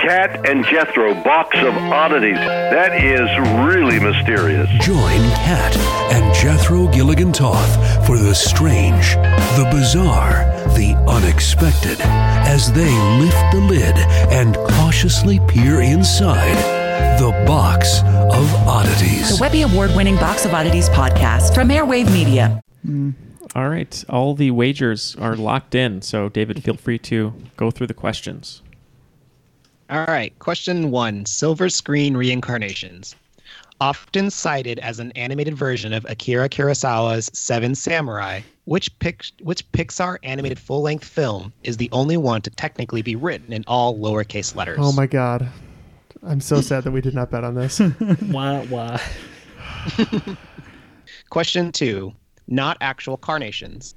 [SPEAKER 13] Cat and Jethro, box of oddities. That is really mysterious.
[SPEAKER 14] Join Kat and Jethro Gilligan Toth for the strange, the bizarre, the unexpected as they lift the lid and cautiously peer inside the box of oddities.
[SPEAKER 15] The Webby Award winning Box of Oddities podcast from Airwave Media.
[SPEAKER 3] All right, all the wagers are locked in, so David, feel free to go through the questions.
[SPEAKER 8] All right, question one Silver Screen Reincarnations. Often cited as an animated version of Akira Kurosawa's Seven Samurai, which, Pix- which Pixar animated full length film is the only one to technically be written in all lowercase letters?
[SPEAKER 6] Oh my god, I'm so sad that we did not bet on this.
[SPEAKER 8] Wah, wah. Question two Not actual carnations.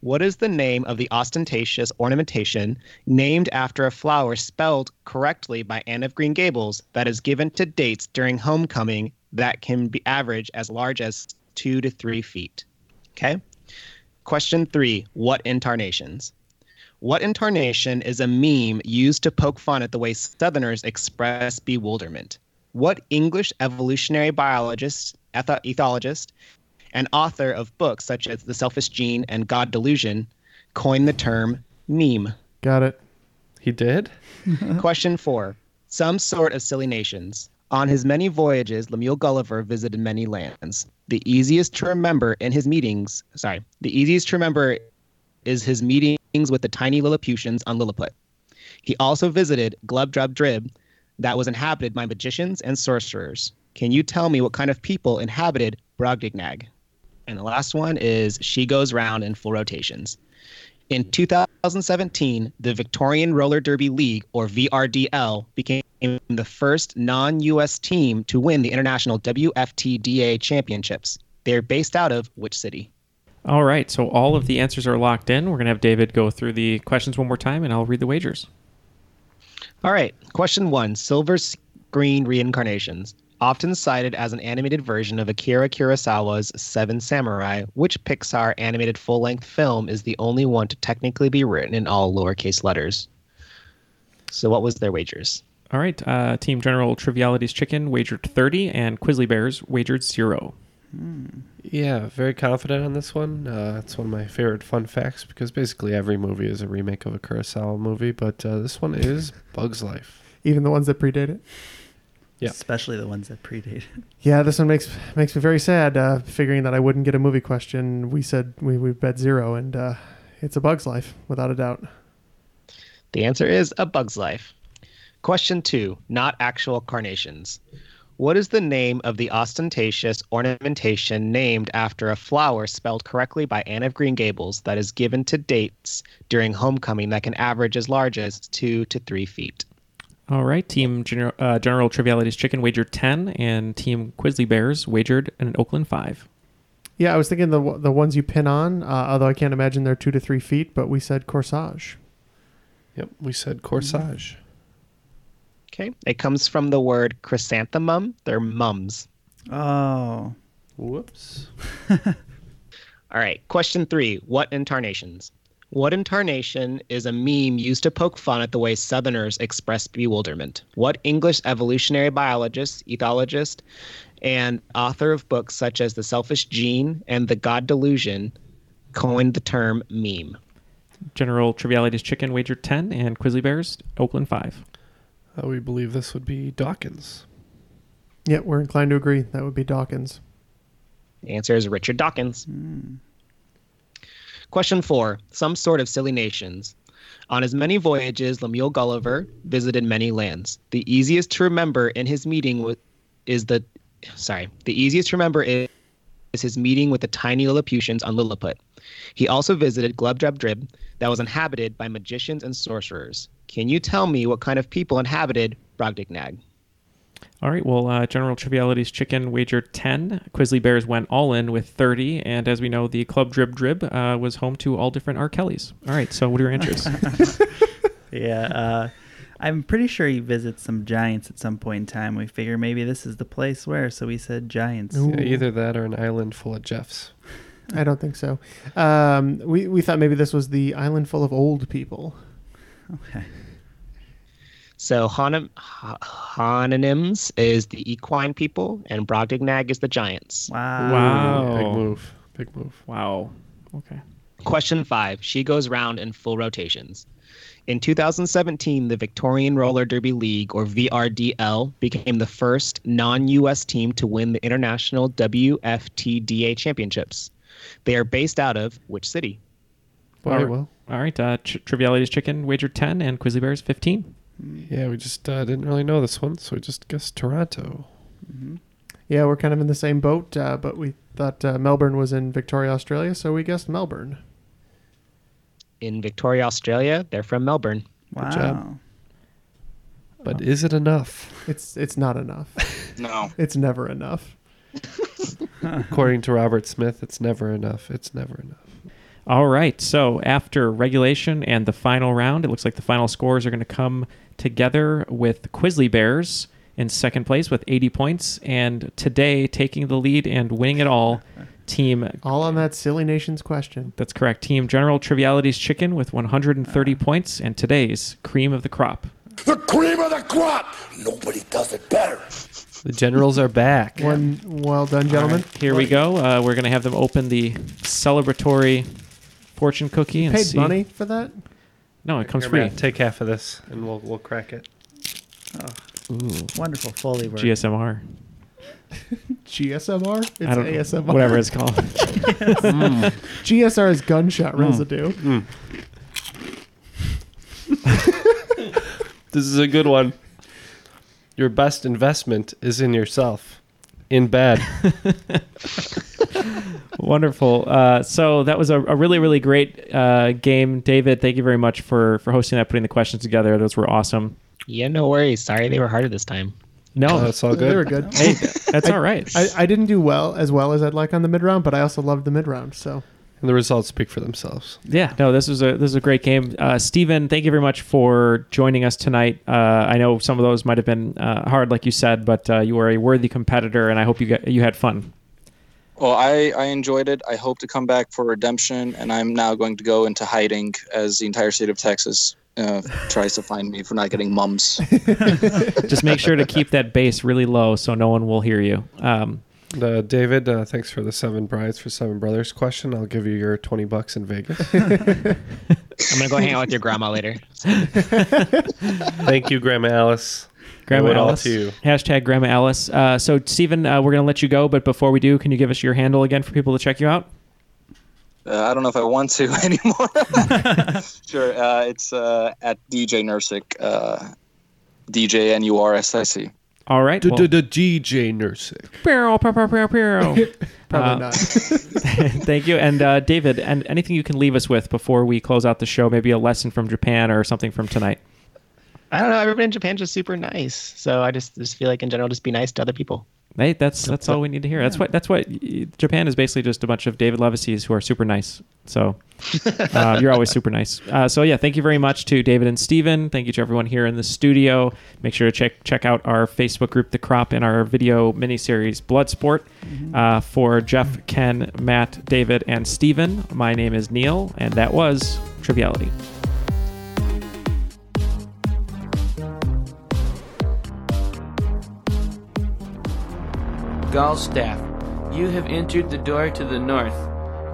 [SPEAKER 8] What is the name of the ostentatious ornamentation named after a flower spelled correctly by Anne of Green Gables that is given to dates during homecoming that can be average as large as two to three feet? Okay. Question three What incarnations? What incarnation is a meme used to poke fun at the way Southerners express bewilderment? What English evolutionary biologist, eth- ethologist, and author of books such as The Selfish Gene and God Delusion, coined the term meme.
[SPEAKER 6] Got it.
[SPEAKER 5] He did?
[SPEAKER 8] Question four Some sort of silly nations. On his many voyages, Lemuel Gulliver visited many lands. The easiest to remember in his meetings, sorry, the easiest to remember is his meetings with the tiny Lilliputians on Lilliput. He also visited Glub Drub Drib, that was inhabited by magicians and sorcerers. Can you tell me what kind of people inhabited Brogdignag? And the last one is She Goes Round in Full Rotations. In 2017, the Victorian Roller Derby League, or VRDL, became the first non US team to win the international WFTDA championships. They're based out of which city?
[SPEAKER 3] All right, so all of the answers are locked in. We're going to have David go through the questions one more time, and I'll read the wagers.
[SPEAKER 8] All right, question one Silver Screen Reincarnations often cited as an animated version of Akira Kurosawa's Seven Samurai, which Pixar animated full length film is the only one to technically be written in all lowercase letters. So, what was their wagers?
[SPEAKER 3] All right, uh, Team General Trivialities Chicken wagered 30, and Quizzly Bears wagered zero.
[SPEAKER 5] Yeah, very confident on this one. Uh, it's one of my favorite fun facts because basically every movie is a remake of a Kurosawa movie, but uh, this one is Bug's Life.
[SPEAKER 6] Even the ones that predate it.
[SPEAKER 5] Yeah.
[SPEAKER 4] Especially the ones that predate it.
[SPEAKER 6] Yeah, this one makes makes me very sad. Uh, figuring that I wouldn't get a movie question, we said we we bet zero, and uh, it's a Bug's Life without a doubt.
[SPEAKER 8] The answer is A Bug's Life. Question two Not actual carnations. What is the name of the ostentatious ornamentation named after a flower spelled correctly by Anne of Green Gables that is given to dates during homecoming that can average as large as two to three feet?
[SPEAKER 3] All right, Team General, uh, General Trivialities Chicken wagered 10, and Team Quizzly Bears wagered an Oakland 5.
[SPEAKER 6] Yeah, I was thinking the the ones you pin on, uh, although I can't imagine they're two to three feet, but we said corsage.
[SPEAKER 5] Yep, we said corsage.
[SPEAKER 8] Okay. It comes from the word chrysanthemum. They're mums.
[SPEAKER 4] Oh.
[SPEAKER 5] Whoops.
[SPEAKER 8] All right. Question three What incarnations? What incarnation is a meme used to poke fun at the way Southerners express bewilderment? What English evolutionary biologist, ethologist, and author of books such as The Selfish Gene and The God Delusion coined the term meme?
[SPEAKER 3] General Trivialities Chicken wagered 10 and Quizzly Bears Oakland 5.
[SPEAKER 6] Mm-hmm.
[SPEAKER 5] Uh, we believe this would be Dawkins.
[SPEAKER 6] Yeah, we're inclined to agree. That would be Dawkins.
[SPEAKER 8] The answer is Richard Dawkins. Question four Some sort of silly nations. On his many voyages, Lemuel Gulliver visited many lands. The easiest to remember in his meeting with is the sorry, the easiest to remember is, is his meeting with the tiny Lilliputians on Lilliput. He also visited Glubdrubdrib that was inhabited by magicians and sorcerers. Can you tell me what kind of people inhabited Brobdignag?
[SPEAKER 3] All right. Well, uh, General Trivialities Chicken wagered 10. Quizzly Bears went all in with 30. And as we know, the Club Drib Drib uh, was home to all different R. Kellys. All right. So, what are your answers?
[SPEAKER 4] yeah, uh, I'm pretty sure he visits some giants at some point in time. We figure maybe this is the place where, so we said giants.
[SPEAKER 5] Yeah, either that or an island full of Jeffs. Hmm.
[SPEAKER 6] I don't think so. Um, we, we thought maybe this was the island full of old people.
[SPEAKER 4] Okay.
[SPEAKER 8] So honim, ho- homonyms is the equine people, and Brobdignag is the giants.
[SPEAKER 4] Wow.
[SPEAKER 5] Wow. Big move. Big move.
[SPEAKER 3] Wow. Okay.
[SPEAKER 8] Question five. She goes round in full rotations. In 2017, the Victorian Roller Derby League, or VRDL, became the first non US team to win the international WFTDA championships. They are based out of which city?
[SPEAKER 5] Very
[SPEAKER 3] all,
[SPEAKER 5] well.
[SPEAKER 3] all right. Uh, Tr- Trivialities Chicken wagered 10 and Quizzly Bears 15.
[SPEAKER 5] Yeah, we just uh, didn't really know this one, so we just guessed Toronto.
[SPEAKER 4] Mm-hmm.
[SPEAKER 6] Yeah, we're kind of in the same boat, uh, but we thought uh, Melbourne was in Victoria, Australia, so we guessed Melbourne.
[SPEAKER 8] In Victoria, Australia, they're from Melbourne.
[SPEAKER 4] Wow.
[SPEAKER 6] uh,
[SPEAKER 5] job. But is it enough?
[SPEAKER 6] It's it's not enough.
[SPEAKER 7] No.
[SPEAKER 6] It's never enough.
[SPEAKER 5] According to Robert Smith, it's never enough. It's never enough.
[SPEAKER 3] All right. So after regulation and the final round, it looks like the final scores are going to come together with Quizzly Bears in second place with 80 points. And today, taking the lead and winning it all, team
[SPEAKER 6] All on that silly nations question.
[SPEAKER 3] that's correct, team General Trivialities Chicken with 130 points and today's cream of the crop.
[SPEAKER 9] The cream of the crop. Nobody does it better.
[SPEAKER 5] The generals are back.
[SPEAKER 6] One well done, gentlemen.
[SPEAKER 3] All right, here we go. Uh, we're going to have them open the celebratory fortune cookie and
[SPEAKER 6] Paid
[SPEAKER 3] see.
[SPEAKER 6] money for that.
[SPEAKER 3] No, it comes
[SPEAKER 5] Here,
[SPEAKER 3] free.
[SPEAKER 5] Matt, take half of this, and we'll we'll crack it.
[SPEAKER 3] Ooh,
[SPEAKER 4] Wonderful Foley work.
[SPEAKER 3] GSMR.
[SPEAKER 6] GSMR. It's
[SPEAKER 3] I don't
[SPEAKER 6] ASMR.
[SPEAKER 3] Whatever it's called. Hmm.
[SPEAKER 6] GSR is gunshot
[SPEAKER 5] Mm.
[SPEAKER 6] residue.
[SPEAKER 5] This is a good one. Your best investment is in yourself. In bed.
[SPEAKER 3] Wonderful. Uh, so that was a, a really, really great uh, game, David. Thank you very much for for hosting that, putting the questions together. Those were awesome.
[SPEAKER 8] Yeah, no worries. Sorry they were harder this time.
[SPEAKER 3] No,
[SPEAKER 5] That's all
[SPEAKER 6] They were
[SPEAKER 5] good.
[SPEAKER 6] good.
[SPEAKER 3] hey, that's all right.
[SPEAKER 6] I, I didn't do well as well as I'd like on the mid round, but I also loved the mid round. So
[SPEAKER 5] And the results speak for themselves.
[SPEAKER 3] yeah, no, this was a this was a great game, uh, Stephen. Thank you very much for joining us tonight. Uh, I know some of those might have been uh, hard, like you said, but uh, you were a worthy competitor, and I hope you got, you had fun.
[SPEAKER 7] Well, I, I enjoyed it. I hope to come back for redemption, and I'm now going to go into hiding as the entire state of Texas uh, tries to find me for not getting mums. Uh,
[SPEAKER 3] Just make sure to keep that bass really low so no one will hear you. Um,
[SPEAKER 5] Uh, David, uh, thanks for the seven brides for seven brothers question. I'll give you your twenty bucks in Vegas.
[SPEAKER 8] I'm going to go hang out with your grandma later.
[SPEAKER 5] Thank you, Grandma Alice.
[SPEAKER 3] Grandma
[SPEAKER 5] Owe it all
[SPEAKER 3] Alice.
[SPEAKER 5] to you.
[SPEAKER 3] Hashtag Grandma Alice. Uh, so, Stephen, uh, we're going to let you go, but before we do, can you give us your handle again for people to check you out?
[SPEAKER 7] Uh, I don't know if I want to anymore. sure. Uh, it's uh, at DJ Nursic, uh, DJ N U R S I C.
[SPEAKER 3] All right. well-
[SPEAKER 5] DJ Nursing.
[SPEAKER 3] Pew, pew, pew, pew, pew.
[SPEAKER 6] probably
[SPEAKER 3] Uh,
[SPEAKER 6] not.
[SPEAKER 3] Thank you. And uh, David, and anything you can leave us with before we close out the show, maybe a lesson from Japan or something from tonight.
[SPEAKER 8] I don't know. Everybody in Japan's just super nice. So I just, just feel like, in general, just be nice to other people.
[SPEAKER 3] Hey, that's that's all we need to hear. That's what that's what Japan is basically just a bunch of David Levises who are super nice. So uh, you're always super nice. Uh, so yeah, thank you very much to David and Steven. Thank you to everyone here in the studio. Make sure to check check out our Facebook group, The Crop, and our video miniseries Bloodsport. Uh, for Jeff, Ken, Matt, David, and Steven, my name is Neil, and that was Triviality.
[SPEAKER 16] Galstaff, you have entered the door to the north.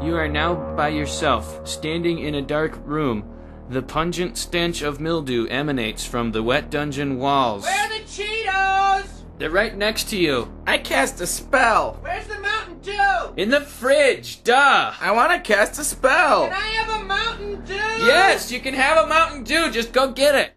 [SPEAKER 16] You are now by yourself, standing in a dark room. The pungent stench of mildew emanates from the wet dungeon walls.
[SPEAKER 17] Where are the Cheetos?
[SPEAKER 16] They're right next to you. I cast a spell.
[SPEAKER 17] Where's the Mountain Dew?
[SPEAKER 16] In the fridge, duh. I want to cast a spell.
[SPEAKER 17] Can I have a Mountain Dew?
[SPEAKER 16] Yes, you can have a Mountain Dew. Just go get it.